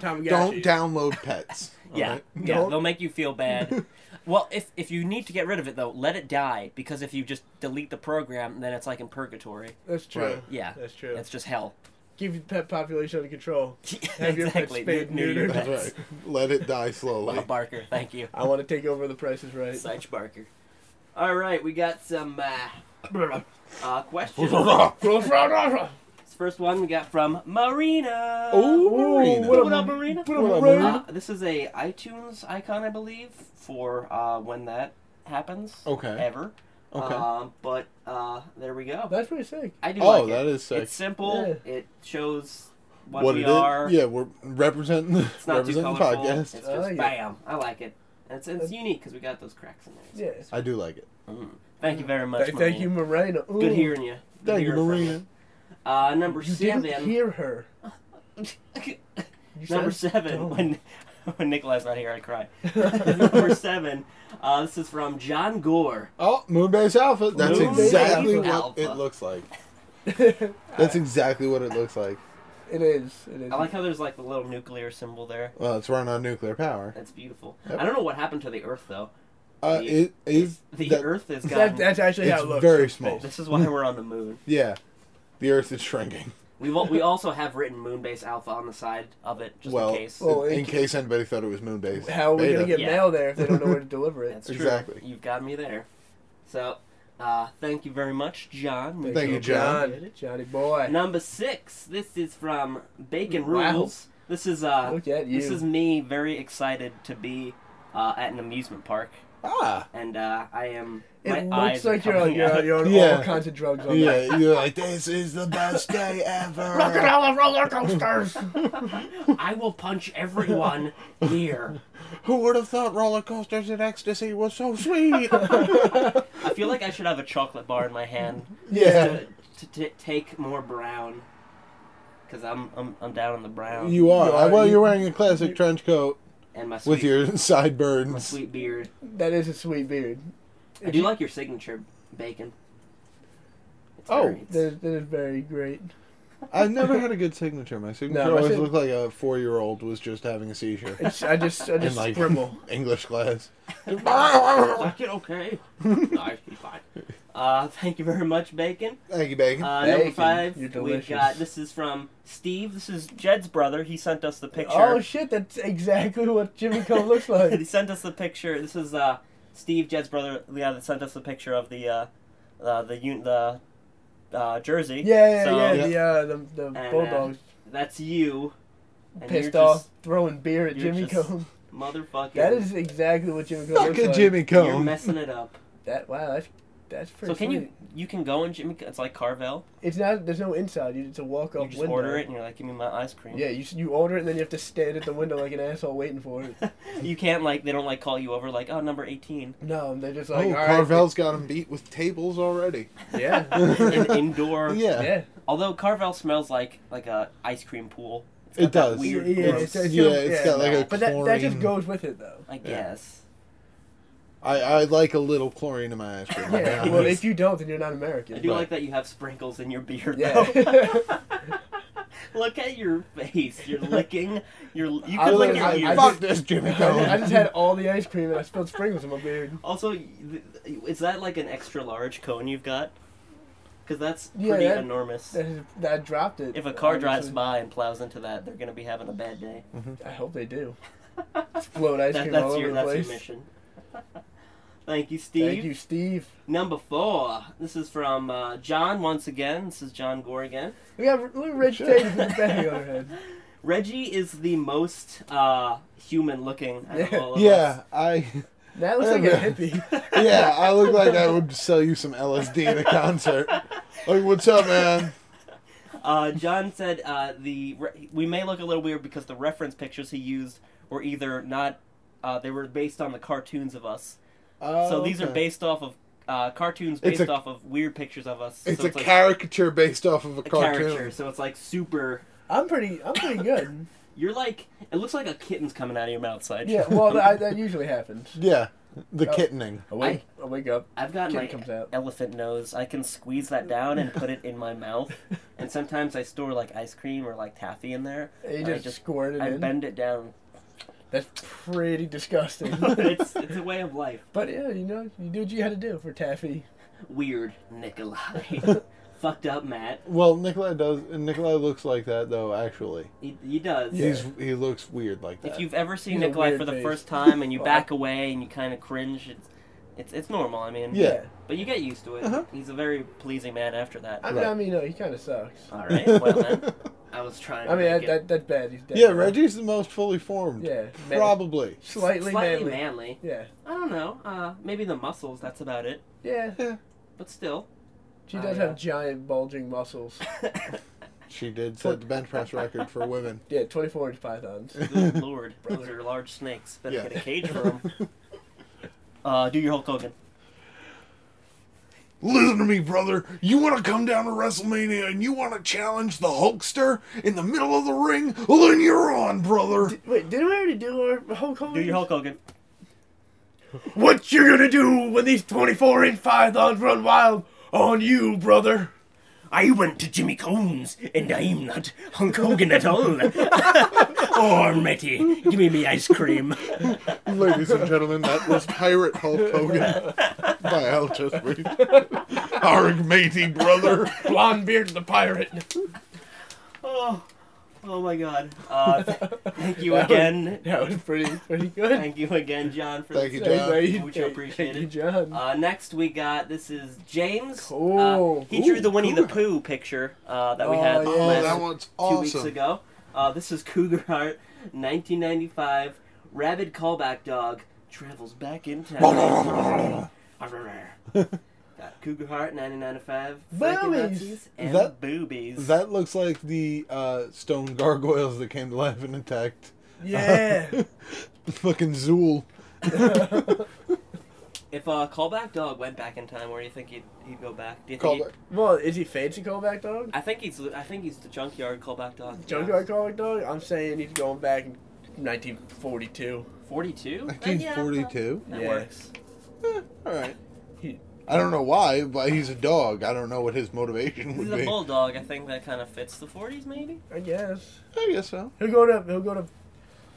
Speaker 3: Tamagotchi.
Speaker 2: Don't download pets.
Speaker 1: Yeah,
Speaker 2: alright?
Speaker 1: yeah,
Speaker 3: Don't-
Speaker 1: they'll make you feel bad. well, if if you need to get rid of it though, let it die because if you just delete the program, then it's like in purgatory.
Speaker 3: That's true.
Speaker 2: Right.
Speaker 1: Yeah,
Speaker 3: That's true.
Speaker 1: It's just hell.
Speaker 3: Keep your pet population under control. Have your pets
Speaker 1: exactly.
Speaker 3: spayed and
Speaker 1: Neuter your
Speaker 3: neutered.
Speaker 2: That's
Speaker 1: pets.
Speaker 2: right. Let it die slowly.
Speaker 1: Little Barker, thank you,
Speaker 3: I want to take over the prices right.
Speaker 1: Sitch Barker. All right, we got some uh, uh, questions.
Speaker 3: Ooh,
Speaker 1: First one we got from Marina.
Speaker 2: Oh, Marina.
Speaker 3: what
Speaker 1: What
Speaker 3: up,
Speaker 1: up, Marina?
Speaker 3: What up,
Speaker 2: Marina?
Speaker 1: Uh, this is a iTunes icon, I believe, for uh, when that happens.
Speaker 2: Okay.
Speaker 1: Ever.
Speaker 2: Okay.
Speaker 1: Um, but uh, there we go.
Speaker 3: That's pretty sick.
Speaker 1: I do
Speaker 2: Oh,
Speaker 1: like it.
Speaker 2: that is sick.
Speaker 1: It's simple. It shows what,
Speaker 2: what
Speaker 1: we
Speaker 2: it is?
Speaker 1: are.
Speaker 2: Yeah, we're representing the,
Speaker 1: It's not too
Speaker 2: representing the
Speaker 1: colorful. It's
Speaker 2: podcast.
Speaker 1: just
Speaker 3: I like it.
Speaker 1: bam. I like it. And It's, it's unique because we got those cracks in there. Mm.
Speaker 3: Yeah.
Speaker 2: I do like it.
Speaker 1: Thank you very much.
Speaker 3: Thank, thank you,
Speaker 1: Marina.
Speaker 3: Moreno. Ooh,
Speaker 1: Good hearing you. Good
Speaker 2: Thank you,
Speaker 1: hearing from
Speaker 2: Marina.
Speaker 1: you. Uh, number
Speaker 3: You didn't
Speaker 1: seven.
Speaker 3: hear her. You
Speaker 1: number
Speaker 3: said
Speaker 1: seven.
Speaker 3: don't.
Speaker 1: When when Nikolai's not here, I cry. number seven. Uh, this is from John Gore.
Speaker 2: Oh, Moonbase Alpha. That's
Speaker 1: Moonbase
Speaker 2: exactly what
Speaker 1: Alpha.
Speaker 2: it looks like. That's exactly what it looks like.
Speaker 3: It is. It is.
Speaker 1: I like how there's like the little nuclear symbol there.
Speaker 2: Well, it's run on nuclear power.
Speaker 1: That's beautiful.
Speaker 2: Yep.
Speaker 1: I don't know what happened to the Earth though.
Speaker 2: Uh,
Speaker 1: The-
Speaker 2: it is
Speaker 1: The
Speaker 2: that- hmm.
Speaker 1: Earth has
Speaker 3: that,
Speaker 1: gotten.
Speaker 3: that's actually how
Speaker 2: It's
Speaker 3: it looks.
Speaker 2: very small.
Speaker 1: This is why we're on the moon.
Speaker 2: yeah, the Earth is shrinking.
Speaker 1: We've al- we also have written Moonbase Alpha on the side of it just
Speaker 2: well, oh,
Speaker 1: in case.
Speaker 3: Well,
Speaker 2: in,
Speaker 3: in
Speaker 2: in
Speaker 3: ca-
Speaker 2: case anybody thought it was moon based.
Speaker 3: How are we gonna get
Speaker 1: Yeah.
Speaker 3: mail there if they don't know where to deliver it?
Speaker 1: That's true.
Speaker 2: exactly.
Speaker 1: You've got me there. So, uh, thank you very much, John. We
Speaker 2: Thank you, John.
Speaker 3: John. Johnny boy.
Speaker 1: Number six. This is from Bacon
Speaker 3: Wow.
Speaker 1: Rules. This is uh,
Speaker 3: Look at you.
Speaker 1: this is me very excited to be uh, at an amusement park,
Speaker 2: Ah,
Speaker 1: and uh, I am. my
Speaker 3: it looks
Speaker 1: eyes are
Speaker 3: like you're on,
Speaker 1: coming
Speaker 3: you're,
Speaker 1: out.
Speaker 3: on, you're on
Speaker 2: Yeah.
Speaker 3: all kinds of drugs on that.
Speaker 2: yeah. You're like, this is the best day ever.
Speaker 3: all roller coasters.
Speaker 1: I will punch everyone here.
Speaker 2: Who would have thought roller coasters and ecstasy was so sweet?
Speaker 1: I feel like I should have a chocolate bar in my hand
Speaker 2: yeah,
Speaker 1: to, to, to take more brown, because I'm, I'm I'm down on the brown.
Speaker 2: you are. Uh,
Speaker 3: You are.
Speaker 2: well,
Speaker 3: You-
Speaker 2: you're wearing a classic trench coat
Speaker 1: and my sweet,
Speaker 2: with your
Speaker 1: my
Speaker 2: sideburns.
Speaker 1: sweet beard.
Speaker 3: that is a sweet beard.
Speaker 1: I do like your signature bacon. It's
Speaker 2: Oh,
Speaker 1: very- it's-
Speaker 3: That is, that is very great.
Speaker 2: I've never had a good signature. My signature
Speaker 3: my
Speaker 2: always
Speaker 3: sig-
Speaker 2: looked like a four-year-old was just having a seizure
Speaker 3: It's, I just I
Speaker 2: in
Speaker 3: just
Speaker 2: like
Speaker 3: scribble.
Speaker 2: English class.
Speaker 1: Like it okay? no, he's fine. Uh, thank you very much, Bacon.
Speaker 2: Thank you, Bacon.
Speaker 1: Uh,
Speaker 3: Bacon,
Speaker 1: number five,
Speaker 3: you're
Speaker 1: we've
Speaker 3: delicious.
Speaker 1: got this is from Steve. This is Jed's brother. He sent us the picture.
Speaker 3: Oh shit! That's exactly what Jimmy Cole looks like.
Speaker 1: he sent us the picture. This is uh, Steve Jed's brother. Yeah, that sent us the picture of the uh, uh, the un- the uh, jersey.
Speaker 3: Yeah, yeah,
Speaker 1: So,
Speaker 3: yeah.
Speaker 2: Yeah.
Speaker 3: The uh, the, the
Speaker 1: uh,
Speaker 3: bulldogs
Speaker 1: That's you. And you're
Speaker 3: pissed off,
Speaker 1: just
Speaker 3: throwing beer at
Speaker 1: you're
Speaker 3: Jimmy
Speaker 1: just-
Speaker 3: Cole.
Speaker 1: motherfucking.
Speaker 3: That is exactly what Jimmy Cole
Speaker 2: Look
Speaker 3: looks
Speaker 2: at
Speaker 3: like.
Speaker 2: Jimmy
Speaker 1: You're
Speaker 2: Cone.
Speaker 1: messing it up.
Speaker 3: That wow, that's that's pretty.
Speaker 1: so can you
Speaker 3: sweet.
Speaker 1: you can go and Jimmy? It's like Carvel.
Speaker 3: It's not. There's no inside. You, it's a walk
Speaker 1: You
Speaker 3: up
Speaker 1: just
Speaker 3: window.
Speaker 1: order it and you're like, give me my ice cream.
Speaker 3: Yeah, you s- you order it and then you have to stand at the window like an asshole waiting for it.
Speaker 1: you can't like they don't like call you over like oh number 18
Speaker 3: No, they're just like
Speaker 2: Oh,
Speaker 3: all right.
Speaker 2: Carvel's got him beat with tables already.
Speaker 3: Yeah,
Speaker 1: an indoor
Speaker 2: Yeah.
Speaker 3: yeah.
Speaker 1: although carvel smells like like a ice cream pool It's got that
Speaker 2: It does.
Speaker 1: weird
Speaker 3: Yeah,
Speaker 1: gross-
Speaker 3: it's- it's-
Speaker 2: yeah, it's
Speaker 3: yeah,
Speaker 2: got like a
Speaker 3: But that,
Speaker 2: chlorine.
Speaker 3: that just goes with it though.
Speaker 1: i guess
Speaker 2: I, I like a little chlorine in my ice cream.
Speaker 3: Yeah.
Speaker 1: Yeah.
Speaker 3: well, if you don't, then you're not American.
Speaker 1: i do
Speaker 2: Right.
Speaker 1: like that you have sprinkles in your beer
Speaker 3: Yeah.
Speaker 1: though look at your face you're licking you're you
Speaker 3: I
Speaker 1: could
Speaker 3: was-
Speaker 1: lick your
Speaker 3: I-
Speaker 1: ears
Speaker 3: I
Speaker 2: fuck
Speaker 3: just-
Speaker 2: this Jimmy Cone.
Speaker 3: I just had all the ice cream and I spilled sprinkles on my beard.
Speaker 1: also th- is that like an extra large cone you've got because that's
Speaker 3: Yeah,
Speaker 1: pretty
Speaker 3: that-
Speaker 1: enormous
Speaker 3: That, is- that dropped it.
Speaker 1: if a car drives
Speaker 3: obviously.
Speaker 1: by and plows into that they're gonna be having a bad day
Speaker 3: I hope they do. Explode ice
Speaker 1: That-
Speaker 3: cream all
Speaker 1: that's
Speaker 3: over
Speaker 1: your
Speaker 3: the
Speaker 1: that's your
Speaker 3: place.
Speaker 1: mission thank you steve
Speaker 3: Thank you, Steve.
Speaker 1: Number four. This is from uh, John once again. This is John Gore again.
Speaker 3: We got look at Rich
Speaker 2: Sure.
Speaker 3: Davis in the bag on our head.
Speaker 1: Reggie is the most uh, human looking out of
Speaker 3: Yeah.
Speaker 1: all of
Speaker 2: yeah, I
Speaker 3: That looks like a hippie.
Speaker 2: yeah, I look like I would sell you some LSD at a concert. Like, what's up, man?
Speaker 1: us. Uh, John said uh, the re- we may look a little weird because the reference pictures he used were either not uh, they were based on the cartoons of us.
Speaker 2: Oh,
Speaker 1: so these are
Speaker 2: okay.
Speaker 1: based off of uh, cartoons
Speaker 2: It's
Speaker 1: based
Speaker 2: a-
Speaker 1: off of weird pictures of us.
Speaker 2: It's
Speaker 1: so
Speaker 2: a
Speaker 1: it's like
Speaker 2: caricature based off of a,
Speaker 1: a
Speaker 2: cartoon.
Speaker 1: caricature. So it's like super.
Speaker 3: I'm pretty. I'm pretty good.
Speaker 1: You're like it looks like a kitten's coming out of your mouth. Side.
Speaker 3: Yeah. Well, I, that usually happens.
Speaker 2: Yeah, the
Speaker 3: Oh.
Speaker 2: kittening.
Speaker 3: I wake. I wake up.
Speaker 1: I've got
Speaker 3: Kid
Speaker 1: my
Speaker 3: comes out.
Speaker 1: elephant nose. I can squeeze that down and put it in my mouth. And sometimes I store like ice cream or like taffy in there.
Speaker 3: And you
Speaker 1: I
Speaker 3: just,
Speaker 1: just-
Speaker 3: squirt it
Speaker 1: I
Speaker 3: in.
Speaker 1: bend it down.
Speaker 3: That's pretty disgusting.
Speaker 1: it's it's a way of life.
Speaker 3: but yeah, you know, you do what you had to do for taffy.
Speaker 1: Weird Nikolai. Fucked up Matt.
Speaker 2: Well, Nikolai does. Nikolai looks like that though. Actually,
Speaker 1: He, he does.
Speaker 2: he's he looks weird like that.
Speaker 1: If you've ever seen
Speaker 3: He's a
Speaker 1: Nikolai
Speaker 3: weird
Speaker 1: for the
Speaker 3: face.
Speaker 1: first time and you
Speaker 3: Well,
Speaker 1: back away and you kind of cringe, it's, it's it's normal. I mean,
Speaker 2: Yeah.
Speaker 1: But you get used to it.
Speaker 2: Uh-huh.
Speaker 1: He's a very pleasing man after that.
Speaker 3: I mean,
Speaker 2: Right.
Speaker 3: I mean, no, he kind of sucks.
Speaker 1: All right. Well then, I was trying. To
Speaker 3: I mean,
Speaker 1: make
Speaker 3: that,
Speaker 1: it
Speaker 3: that that's bad. He's dead.
Speaker 2: yeah, Reggie's the most fully formed.
Speaker 3: Yeah. man-
Speaker 2: Probably.
Speaker 3: Slightly,
Speaker 1: slightly
Speaker 3: manly.
Speaker 1: manly.
Speaker 3: Yeah.
Speaker 1: I don't know. Uh, maybe the muscles. That's about it.
Speaker 3: Yeah.
Speaker 1: But still.
Speaker 3: She
Speaker 1: Oh,
Speaker 3: does
Speaker 1: yeah.
Speaker 3: have giant bulging muscles.
Speaker 2: She did set the bench press record for women.
Speaker 3: Yeah, 24 inch pythons.
Speaker 1: Good lord, those are large snakes. Better
Speaker 2: Yeah.
Speaker 1: get a cage for them. Uh, do your Hulk Hogan.
Speaker 2: Listen to me, brother. You want to come down to WrestleMania and you want to challenge the Hulkster in the middle of the ring? Well, then you're on, brother.
Speaker 3: Wait, did we already do our Hulk Hogan?
Speaker 1: Do your Hulk Hogan.
Speaker 3: What you gonna do when these 24 inch pythons run wild on you, brother?
Speaker 1: I went to Jimmy Cohn's, and I'm not Hulk Hogan at all. oh, Matty, give me me ice cream.
Speaker 2: Ladies and gentlemen, that was Pirate Hulk Hogan by Al Chesbury. Arg matey brother.
Speaker 3: Blonde beard the pirate.
Speaker 1: Oh, oh my God. Uh, th- thank you again.
Speaker 3: That was pretty pretty good.
Speaker 1: Thank you again, John, for
Speaker 2: Thank
Speaker 1: the
Speaker 2: you, John.
Speaker 1: Much appreciated.
Speaker 3: Thank you, John.
Speaker 1: Uh, next we got this is James.
Speaker 3: Cool.
Speaker 1: Uh, he drew
Speaker 3: Ooh,
Speaker 1: the Winnie the Pooh
Speaker 2: cool.
Speaker 1: picture uh, that we
Speaker 3: Oh,
Speaker 1: had
Speaker 3: yeah.
Speaker 2: Oh,
Speaker 1: last
Speaker 2: that one's
Speaker 1: two weeks
Speaker 2: awesome.
Speaker 1: ago. Uh, this is Cougar Heart, 1995. Rabid callback dog travels back in town. Got Cougar Heart, 1995. Frankie
Speaker 3: Boobies.
Speaker 1: Nazis and
Speaker 2: That-
Speaker 1: boobies.
Speaker 2: That looks like the uh, stone gargoyles that came to life and attacked
Speaker 3: Yeah.
Speaker 2: fucking Zool.
Speaker 1: if a callback dog went back in time, where do you think he'd, he'd go back? Do you think
Speaker 2: Callback.
Speaker 1: he'd-
Speaker 3: well, is he fancy callback dog?
Speaker 1: I think he's I think he's the junkyard callback dog. yeah.
Speaker 3: Junkyard callback dog? I'm saying he's going back in 1942.
Speaker 1: 42? Then, yeah,
Speaker 2: 1942.
Speaker 1: That
Speaker 3: Yeah.
Speaker 1: works.
Speaker 2: Eh, all right.
Speaker 3: He-
Speaker 2: I don't know why, but he's a dog. I don't know what his motivation
Speaker 1: He's
Speaker 2: would
Speaker 1: a
Speaker 2: be.
Speaker 1: bulldog. I think that kind of fits the 40s, maybe.
Speaker 3: I guess.
Speaker 2: I guess so.
Speaker 3: He'll go to he'll go to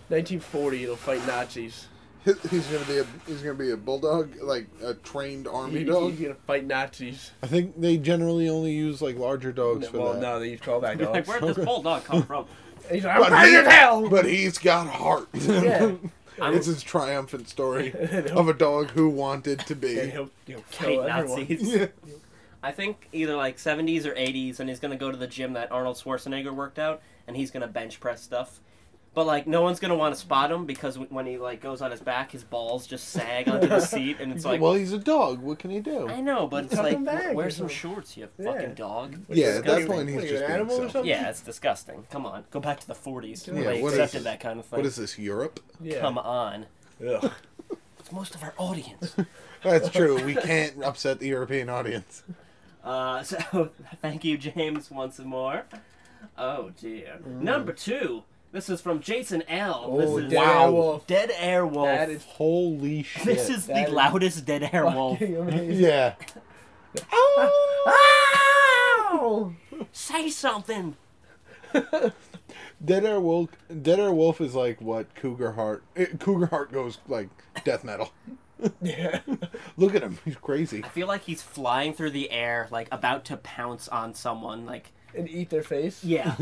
Speaker 3: 1940. He'll fight Nazis.
Speaker 2: He- He's gonna be a he's gonna be a bulldog, like a trained army
Speaker 3: He-
Speaker 2: dog.
Speaker 3: He's gonna fight Nazis.
Speaker 2: I think they generally only use like larger dogs for
Speaker 3: well,
Speaker 2: that.
Speaker 3: no, they use callback
Speaker 1: Like,
Speaker 3: dogs.
Speaker 1: where'd this bulldog come from?
Speaker 3: He's like,
Speaker 2: But,
Speaker 3: I'm ready as hell.
Speaker 2: he, but he's got heart.
Speaker 3: Yeah.
Speaker 2: it's his triumphant story
Speaker 3: And he'll-
Speaker 2: of a dog who wanted to
Speaker 3: and
Speaker 2: be.
Speaker 3: he'll, he'll
Speaker 1: Hate
Speaker 3: kill everyone.
Speaker 1: Nazis.
Speaker 2: Yeah.
Speaker 1: I think either like 70s or 80s, and he's gonna go to the gym that Arnold Schwarzenegger worked out, and he's gonna bench press stuff. But like, no one's gonna want to spot him because w- when he like goes on his back, his balls just sag onto the seat, and it's like,
Speaker 2: well, he's a dog. What can he do?
Speaker 1: I know, but it's
Speaker 3: Tuck
Speaker 1: like,
Speaker 3: him back
Speaker 1: w- wear
Speaker 3: or
Speaker 1: some
Speaker 3: something.
Speaker 1: shorts, you
Speaker 3: Yeah.
Speaker 1: fucking dog.
Speaker 3: Which
Speaker 2: Yeah,
Speaker 3: is
Speaker 2: at
Speaker 3: kinda-
Speaker 2: that point,
Speaker 3: what
Speaker 2: he's
Speaker 3: are you,
Speaker 2: just
Speaker 3: an
Speaker 2: being
Speaker 3: animal or
Speaker 2: himself.
Speaker 3: something.
Speaker 1: Yeah, it's disgusting. Come on, go back to the 40s.
Speaker 3: Yeah,
Speaker 1: they
Speaker 2: what is-
Speaker 1: accepted that kind of thing.
Speaker 2: What is this Europe?
Speaker 3: Yeah.
Speaker 1: Come on,
Speaker 3: Ugh.
Speaker 1: it's most of our audience.
Speaker 2: That's true. We can't upset the European audience.
Speaker 1: Uh, so thank you, James, once more. Oh dear. Number two. This is from Jason L.
Speaker 3: Mm. Oh,
Speaker 1: this is
Speaker 3: Dead Wow. Airwolf.
Speaker 1: Dead Airwolf.
Speaker 3: That is
Speaker 2: Holy shit!
Speaker 1: this is the
Speaker 3: that is
Speaker 1: loudest Dead Airwolf.
Speaker 3: fucking amazing.
Speaker 2: yeah.
Speaker 1: Ow! Say something.
Speaker 2: Dead Air Wolf. Dead Air Wolf is like what Cougar Heart. eh, Cougar Heart goes like death metal.
Speaker 3: Yeah.
Speaker 2: Look at him. He's crazy.
Speaker 1: I feel like he's flying through the air, like about to pounce on someone. Like
Speaker 3: and eat their face.
Speaker 1: yeah,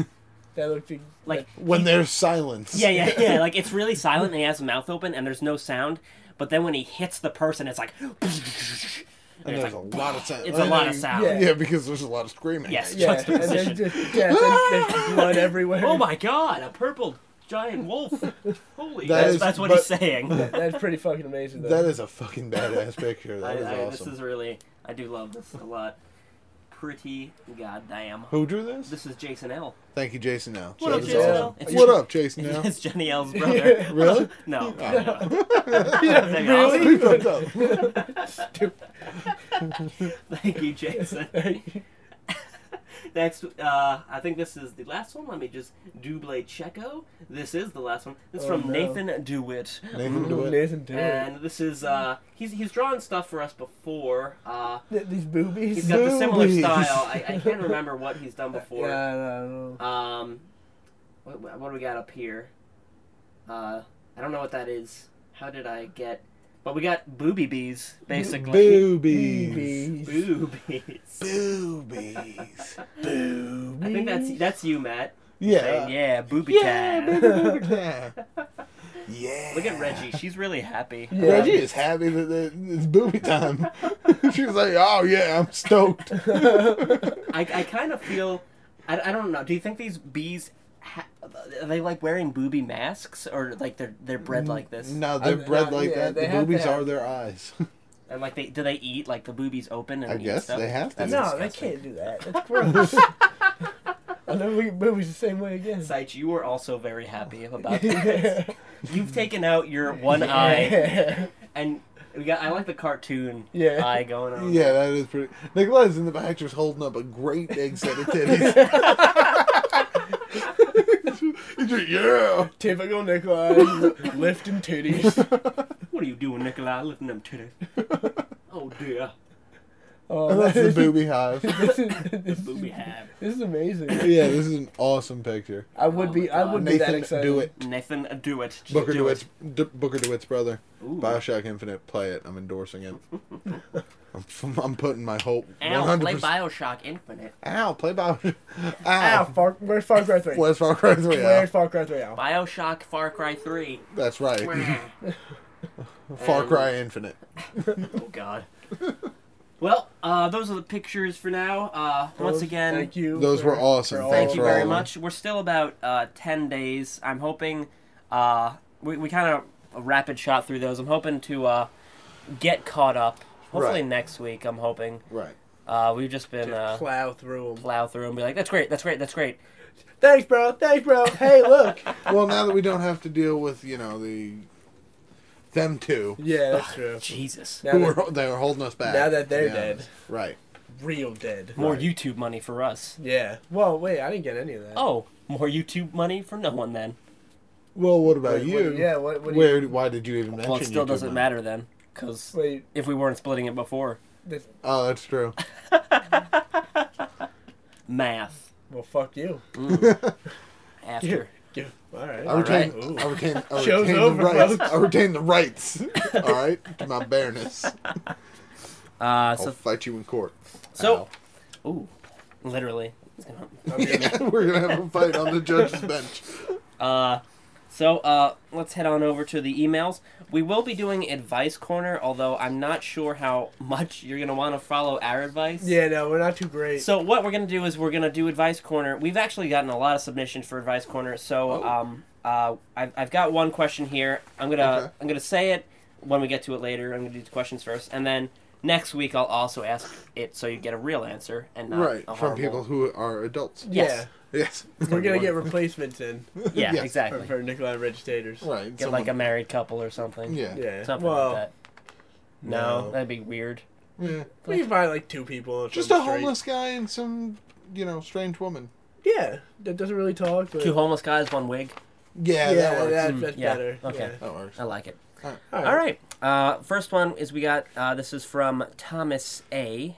Speaker 3: That looked ex-
Speaker 1: like
Speaker 2: When there's silence.
Speaker 1: yeah, yeah, yeah. Like it's really silent, and he has his mouth open, and there's no sound. But then when he hits the person, it's like. and
Speaker 2: And
Speaker 1: it's
Speaker 2: there's
Speaker 1: like,
Speaker 2: a lot of sound.
Speaker 1: It's a lot of sound.
Speaker 2: Yeah, because there's a lot of screaming.
Speaker 1: Yes.
Speaker 3: yeah, and there's
Speaker 1: Juxtaposition.
Speaker 3: just yeah, there's, there's blood everywhere.
Speaker 1: Oh my god, a purple giant wolf. Holy
Speaker 2: That
Speaker 1: that's,
Speaker 2: is-
Speaker 1: that's what
Speaker 2: but-
Speaker 1: he's saying.
Speaker 3: That's pretty fucking amazing. Though.
Speaker 2: That is a fucking badass picture.
Speaker 1: I,
Speaker 2: That is
Speaker 1: I-
Speaker 2: awesome.
Speaker 1: This is really I do love this a lot. Pretty goddamn.
Speaker 2: Who drew this?
Speaker 1: This is Jason L.
Speaker 2: Thank you, Jason. Now.
Speaker 1: What up,
Speaker 2: That is
Speaker 1: Jason
Speaker 2: awesome.
Speaker 1: L? It's
Speaker 2: What
Speaker 1: your-
Speaker 2: up, Jason? Now.
Speaker 1: it's Jenny L's brother.
Speaker 2: Really?
Speaker 1: No. no,
Speaker 2: Oh.
Speaker 1: no,
Speaker 3: yeah, really.
Speaker 2: We fucked up.
Speaker 1: no. Thank you, Jason. Next, uh, I think this is the last one. Let me just double Checo. This is the last one. This is
Speaker 3: Oh,
Speaker 1: from
Speaker 3: no.
Speaker 1: Nathan DeWitt.
Speaker 2: Nathan DeWitt.
Speaker 3: Nathan Dillon.
Speaker 1: And this is uh, he's he's drawn stuff for us before. Uh,
Speaker 3: Th- These boobies.
Speaker 1: He's got the similar
Speaker 2: Zombies.
Speaker 1: style. I, I can't remember what he's done before.
Speaker 3: Yeah, I don't know.
Speaker 1: Um, what, what what do we got up here? Uh, I don't know what that is. How did I get? But we got booby bees, basically.
Speaker 2: Boobies.
Speaker 3: Boobies.
Speaker 1: Boobies.
Speaker 2: Boobies.
Speaker 1: I think that's that's you, Matt.
Speaker 2: Yeah.
Speaker 1: Saying, yeah, booby
Speaker 2: Yeah,
Speaker 1: time.
Speaker 2: baby, baby time. Yeah.
Speaker 1: Look at Reggie. She's really happy.
Speaker 3: Yeah.
Speaker 2: Reggie is happy that that it's booby time. She's like, oh yeah, I'm stoked.
Speaker 1: I, I kind of feel. I, I don't know. Do you think these bees? Ha- are they like wearing booby masks, or like they're they're bred like this?
Speaker 2: Mm, No, they're
Speaker 3: Uh,
Speaker 2: bred
Speaker 3: no,
Speaker 2: like
Speaker 3: yeah,
Speaker 2: that.
Speaker 3: they
Speaker 2: The
Speaker 3: have to
Speaker 2: boobies
Speaker 3: have-
Speaker 2: are their eyes.
Speaker 1: And like they do they eat like the boobies open and
Speaker 2: I
Speaker 1: eat
Speaker 2: guess
Speaker 1: stuff?
Speaker 2: they have to.
Speaker 1: That's
Speaker 3: no, they
Speaker 1: disgusting.
Speaker 3: can't do that. That's gross. I'll never look at boobies the same way again.
Speaker 1: Sight, you were also very happy about this.
Speaker 3: yeah.
Speaker 1: You've taken out your one eye and we got I like the cartoon
Speaker 3: Yeah.
Speaker 1: eye going on.
Speaker 2: Yeah, that is pretty. Nicoletta's in the back just holding up a great big set of titties. He's like, yeah.
Speaker 3: Typical Nikolai lifting titties.
Speaker 1: What are you doing, Nikolai? Lifting them titties. oh dear.
Speaker 2: Oh, that's the
Speaker 3: this is-
Speaker 2: booby hive.
Speaker 3: this is,
Speaker 1: Booby have.
Speaker 3: this is amazing.
Speaker 2: yeah, this is an awesome picture.
Speaker 3: I would be I would be that
Speaker 2: Nathan
Speaker 3: excited.
Speaker 2: Do It.
Speaker 1: Nathan, uh, do it. Just
Speaker 2: Booker
Speaker 1: do
Speaker 2: DeWitt's
Speaker 1: it.
Speaker 2: D- Booker DeWitt's brother.
Speaker 1: Ooh.
Speaker 2: Bioshock Infinite. Play it. I'm endorsing it. I'm, f- I'm putting my hope.
Speaker 1: Ow, play
Speaker 2: 100%.
Speaker 1: Bioshock Infinite.
Speaker 2: Ow, play Bioshock.
Speaker 3: Ow,
Speaker 2: Ow.
Speaker 3: Far, where's Far Cry 3?
Speaker 2: Where's Far Cry 3? Ow.
Speaker 3: Where's Far Cry 3 out?
Speaker 1: Bioshock Far Cry 3.
Speaker 2: That's right.
Speaker 1: oh,
Speaker 2: Far Cry Infinite.
Speaker 1: God. Well, uh, those are the pictures for now. Uh, once again,
Speaker 3: thank you.
Speaker 2: Those were awesome.
Speaker 3: all
Speaker 1: Thank
Speaker 2: Thanks
Speaker 1: you
Speaker 2: for
Speaker 1: very
Speaker 2: all of them.
Speaker 1: much. We're still about uh, 10 days. I'm hoping uh, we, we kind of rapid shot through those. I'm hoping to uh, get caught up. Hopefully
Speaker 2: Right.
Speaker 1: next week, I'm hoping.
Speaker 2: Right.
Speaker 1: Uh, we've just been uh,
Speaker 3: Plow through them.
Speaker 1: plow through and be like, that's great, that's great, that's great.
Speaker 3: Thanks, bro. Thanks, bro. Hey, look.
Speaker 2: Well, now that we don't have to deal with you know the them two
Speaker 3: yeah, that's true.
Speaker 1: Jesus.
Speaker 3: Now
Speaker 2: who
Speaker 3: that,
Speaker 2: were they were holding us back.
Speaker 3: now that they're
Speaker 2: to be honest.
Speaker 3: dead.
Speaker 2: Right.
Speaker 3: Real dead.
Speaker 1: More
Speaker 2: Right.
Speaker 1: YouTube money for us.
Speaker 3: Yeah. Well, wait, I didn't get any of that.
Speaker 1: Oh, more YouTube money for no one then.
Speaker 2: Well, what about
Speaker 3: Wait, what-
Speaker 2: you?
Speaker 3: yeah, what- what do you-
Speaker 2: Where? Why did you even mention?
Speaker 1: Well, it still
Speaker 2: YouTube
Speaker 1: doesn't
Speaker 2: money?
Speaker 1: matter then, because
Speaker 3: Wait,
Speaker 1: if we weren't splitting it before,
Speaker 3: this,
Speaker 2: Oh, that's true.
Speaker 1: math
Speaker 3: well, fuck you.
Speaker 1: after.
Speaker 3: Give, all right.
Speaker 2: I
Speaker 1: All
Speaker 2: retain,
Speaker 1: right.
Speaker 2: I retain, I
Speaker 3: Show's
Speaker 2: retain the
Speaker 3: over,
Speaker 2: rights.
Speaker 3: folks.
Speaker 2: I retain the rights. All right, to my bareness.
Speaker 1: Uh,
Speaker 2: I'll
Speaker 1: so,
Speaker 2: fight you in court.
Speaker 1: so, ooh, literally. It's gonna-
Speaker 2: Ow. yeah, we're gonna have a fight on the judge's bench.
Speaker 1: Uh, so uh, let's head on over to the emails. We will be doing advice corner, although I'm not sure how much you're gonna want to follow our advice.
Speaker 3: Yeah, no, we're not too great.
Speaker 1: So what we're gonna do is we're gonna do advice corner. We've actually gotten a lot of submissions for advice corner. So
Speaker 2: Oh.
Speaker 1: um, uh, I've, I've got one question here. I'm gonna
Speaker 2: Okay.
Speaker 1: I'm gonna say it when we get to it later. I'm gonna do the questions first, and then next week I'll also ask it so you get a real answer and not
Speaker 2: right,
Speaker 1: a
Speaker 2: from
Speaker 1: horrible-
Speaker 2: people who are adults.
Speaker 1: yes.
Speaker 2: Yes.
Speaker 3: Yeah, we're gonna get replacements in
Speaker 1: Yeah,
Speaker 2: Yes.
Speaker 1: exactly.
Speaker 3: for, for Nikolai Regitators.
Speaker 2: Right.
Speaker 1: Get like a married couple or something.
Speaker 2: yeah.
Speaker 3: Yeah.
Speaker 1: Something
Speaker 3: well,
Speaker 1: like that. No,
Speaker 3: no.
Speaker 1: that'd be weird.
Speaker 2: yeah.
Speaker 3: we can find like two people.
Speaker 2: Just
Speaker 3: from
Speaker 2: a
Speaker 3: the street.
Speaker 2: homeless guy and some, you know, strange woman.
Speaker 3: Yeah, that doesn't really talk. But
Speaker 1: Two homeless guys, one wig.
Speaker 2: Yeah,
Speaker 3: Yeah,
Speaker 2: that works.
Speaker 3: that-
Speaker 1: Mm,
Speaker 3: that's
Speaker 1: yeah,
Speaker 3: better.
Speaker 1: okay.
Speaker 2: That works.
Speaker 1: I like it.
Speaker 3: Yeah.
Speaker 1: All right. Uh, first one is we got uh, this is from Thomas A.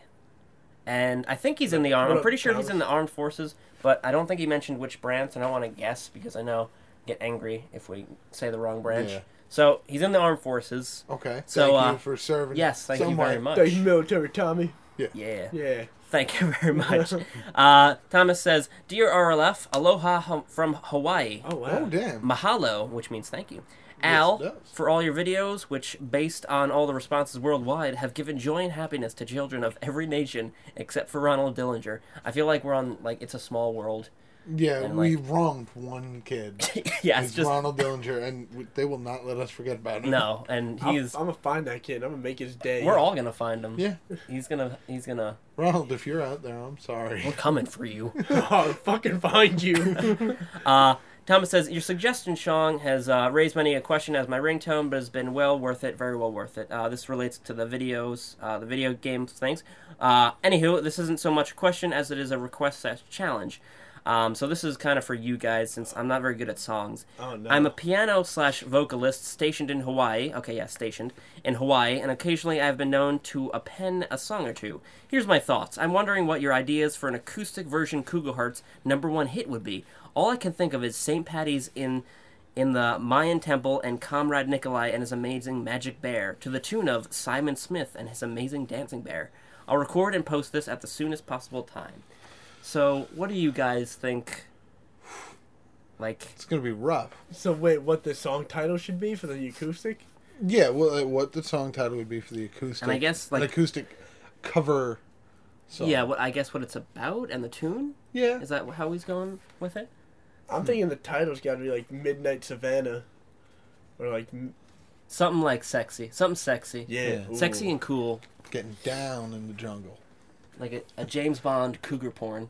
Speaker 1: And I think he's in the arm.
Speaker 3: What
Speaker 1: I'm
Speaker 3: up,
Speaker 1: pretty sure he's
Speaker 3: Thomas?
Speaker 1: in the armed forces, but I don't think he mentioned which branch, and I want to guess because I know get angry if we say the wrong branch.
Speaker 2: Yeah.
Speaker 1: So he's in the armed forces.
Speaker 2: Okay.
Speaker 1: So,
Speaker 2: thank
Speaker 1: uh,
Speaker 2: you for serving.
Speaker 1: Yes, thank you
Speaker 2: somewhat.
Speaker 1: very much.
Speaker 3: Thank you, military Tommy.
Speaker 1: Yeah.
Speaker 3: Yeah.
Speaker 1: Thank you very much. uh, Thomas says, "Dear RLF, aloha hum- from Hawaii.
Speaker 3: Oh wow.
Speaker 2: Oh damn.
Speaker 1: Mahalo, which means thank you. Al,
Speaker 2: does.
Speaker 1: for all your videos, which, based on all the responses worldwide, have given joy and happiness to children of every nation except for Ronald Dillinger. I feel like we're on, like, it's a small world.
Speaker 2: Yeah,
Speaker 1: And,
Speaker 2: we
Speaker 1: like-
Speaker 2: wronged one kid.
Speaker 1: yeah,
Speaker 2: It's
Speaker 1: it's just.
Speaker 2: Ronald Dillinger, and w- they will not let us forget about him.
Speaker 1: No, and
Speaker 3: I'm,
Speaker 1: he is.
Speaker 3: I'm gonna find that kid. I'm gonna make his day.
Speaker 1: We're all gonna find him.
Speaker 2: Yeah,
Speaker 1: He's gonna. He's gonna.
Speaker 2: Ronald, if you're out there, I'm
Speaker 1: We're
Speaker 2: sorry.
Speaker 1: coming for you.
Speaker 3: I'll fucking find you.
Speaker 1: Uh, Thomas says, Your suggestion, Sean, has uh, raised many a question as my ringtone, but has been well worth it, very well worth it. Uh, this relates to the videos, uh, the video games things. Uh, anywho, this isn't so much a question as it is a request slash challenge. Um, so this is kind of for you guys, since I'm not very good at songs.
Speaker 3: Oh, no.
Speaker 1: I'm a piano slash vocalist stationed in Hawaii. Okay, yeah, stationed in Hawaii, and occasionally I've been known to append a song or two. Here's my thoughts. I'm wondering what your ideas for an acoustic version Cougar Hearts number one hit would be. All I can think of is St. Patty's in in the Mayan temple and Comrade Nikolai and his amazing magic bear, to the tune of Simon Smith and his amazing dancing bear. I'll record and post this at the soonest possible time. So, what do you guys think? Like,
Speaker 2: It's gonna be rough.
Speaker 3: so wait, what the song title should be for the acoustic?
Speaker 2: Yeah, well, like, what the song title would be for the acoustic?
Speaker 1: And I guess,
Speaker 2: an
Speaker 1: like-
Speaker 2: acoustic cover. Song.
Speaker 1: Yeah, what I guess what it's about and the tune
Speaker 2: yeah.
Speaker 1: is that how he's going with it.
Speaker 3: I'm thinking the title's got to be like Midnight Savannah, or like m-
Speaker 1: Something like sexy, something sexy,
Speaker 3: yeah,
Speaker 2: Yeah.
Speaker 1: sexy
Speaker 3: Ooh.
Speaker 1: and cool,
Speaker 2: Getting down in the jungle.
Speaker 1: like a, a James Bond cougar porn.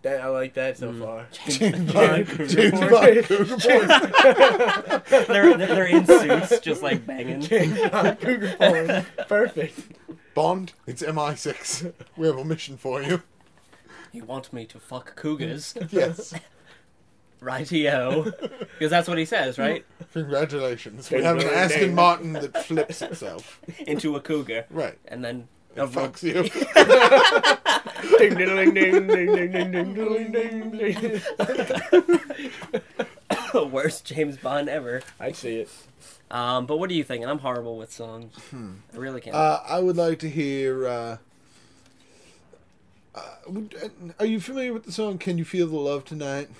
Speaker 3: That I like
Speaker 1: Mm.
Speaker 3: that so far.
Speaker 2: James
Speaker 3: Bond
Speaker 2: Bond.
Speaker 3: Cougar
Speaker 2: James
Speaker 3: Porn.
Speaker 2: Bond Cougar Porn.
Speaker 1: they're they're in suits, just like banging.
Speaker 3: Cougar porn. Perfect.
Speaker 2: Bond, it's MI6. We have a mission for you.
Speaker 1: You want me to fuck cougars,
Speaker 2: Yes.
Speaker 1: rightio? Because that's what he says, right?
Speaker 2: Congratulations. We have an Aston
Speaker 3: Congratulations.
Speaker 2: Martin that flips itself.
Speaker 1: Into a cougar,
Speaker 2: Right.
Speaker 1: and then of
Speaker 2: Fucks you.
Speaker 3: ding ding ding ding ding ding ding ding ding ding.
Speaker 1: the worst James Bond ever.
Speaker 3: I see it.
Speaker 1: Um, but what do you think? And I'm horrible with songs.
Speaker 3: Hmm.
Speaker 1: I really can't.
Speaker 2: Uh, I would like to hear. Uh, uh, would- uh, are you familiar with the song "Can You Feel the Love Tonight"?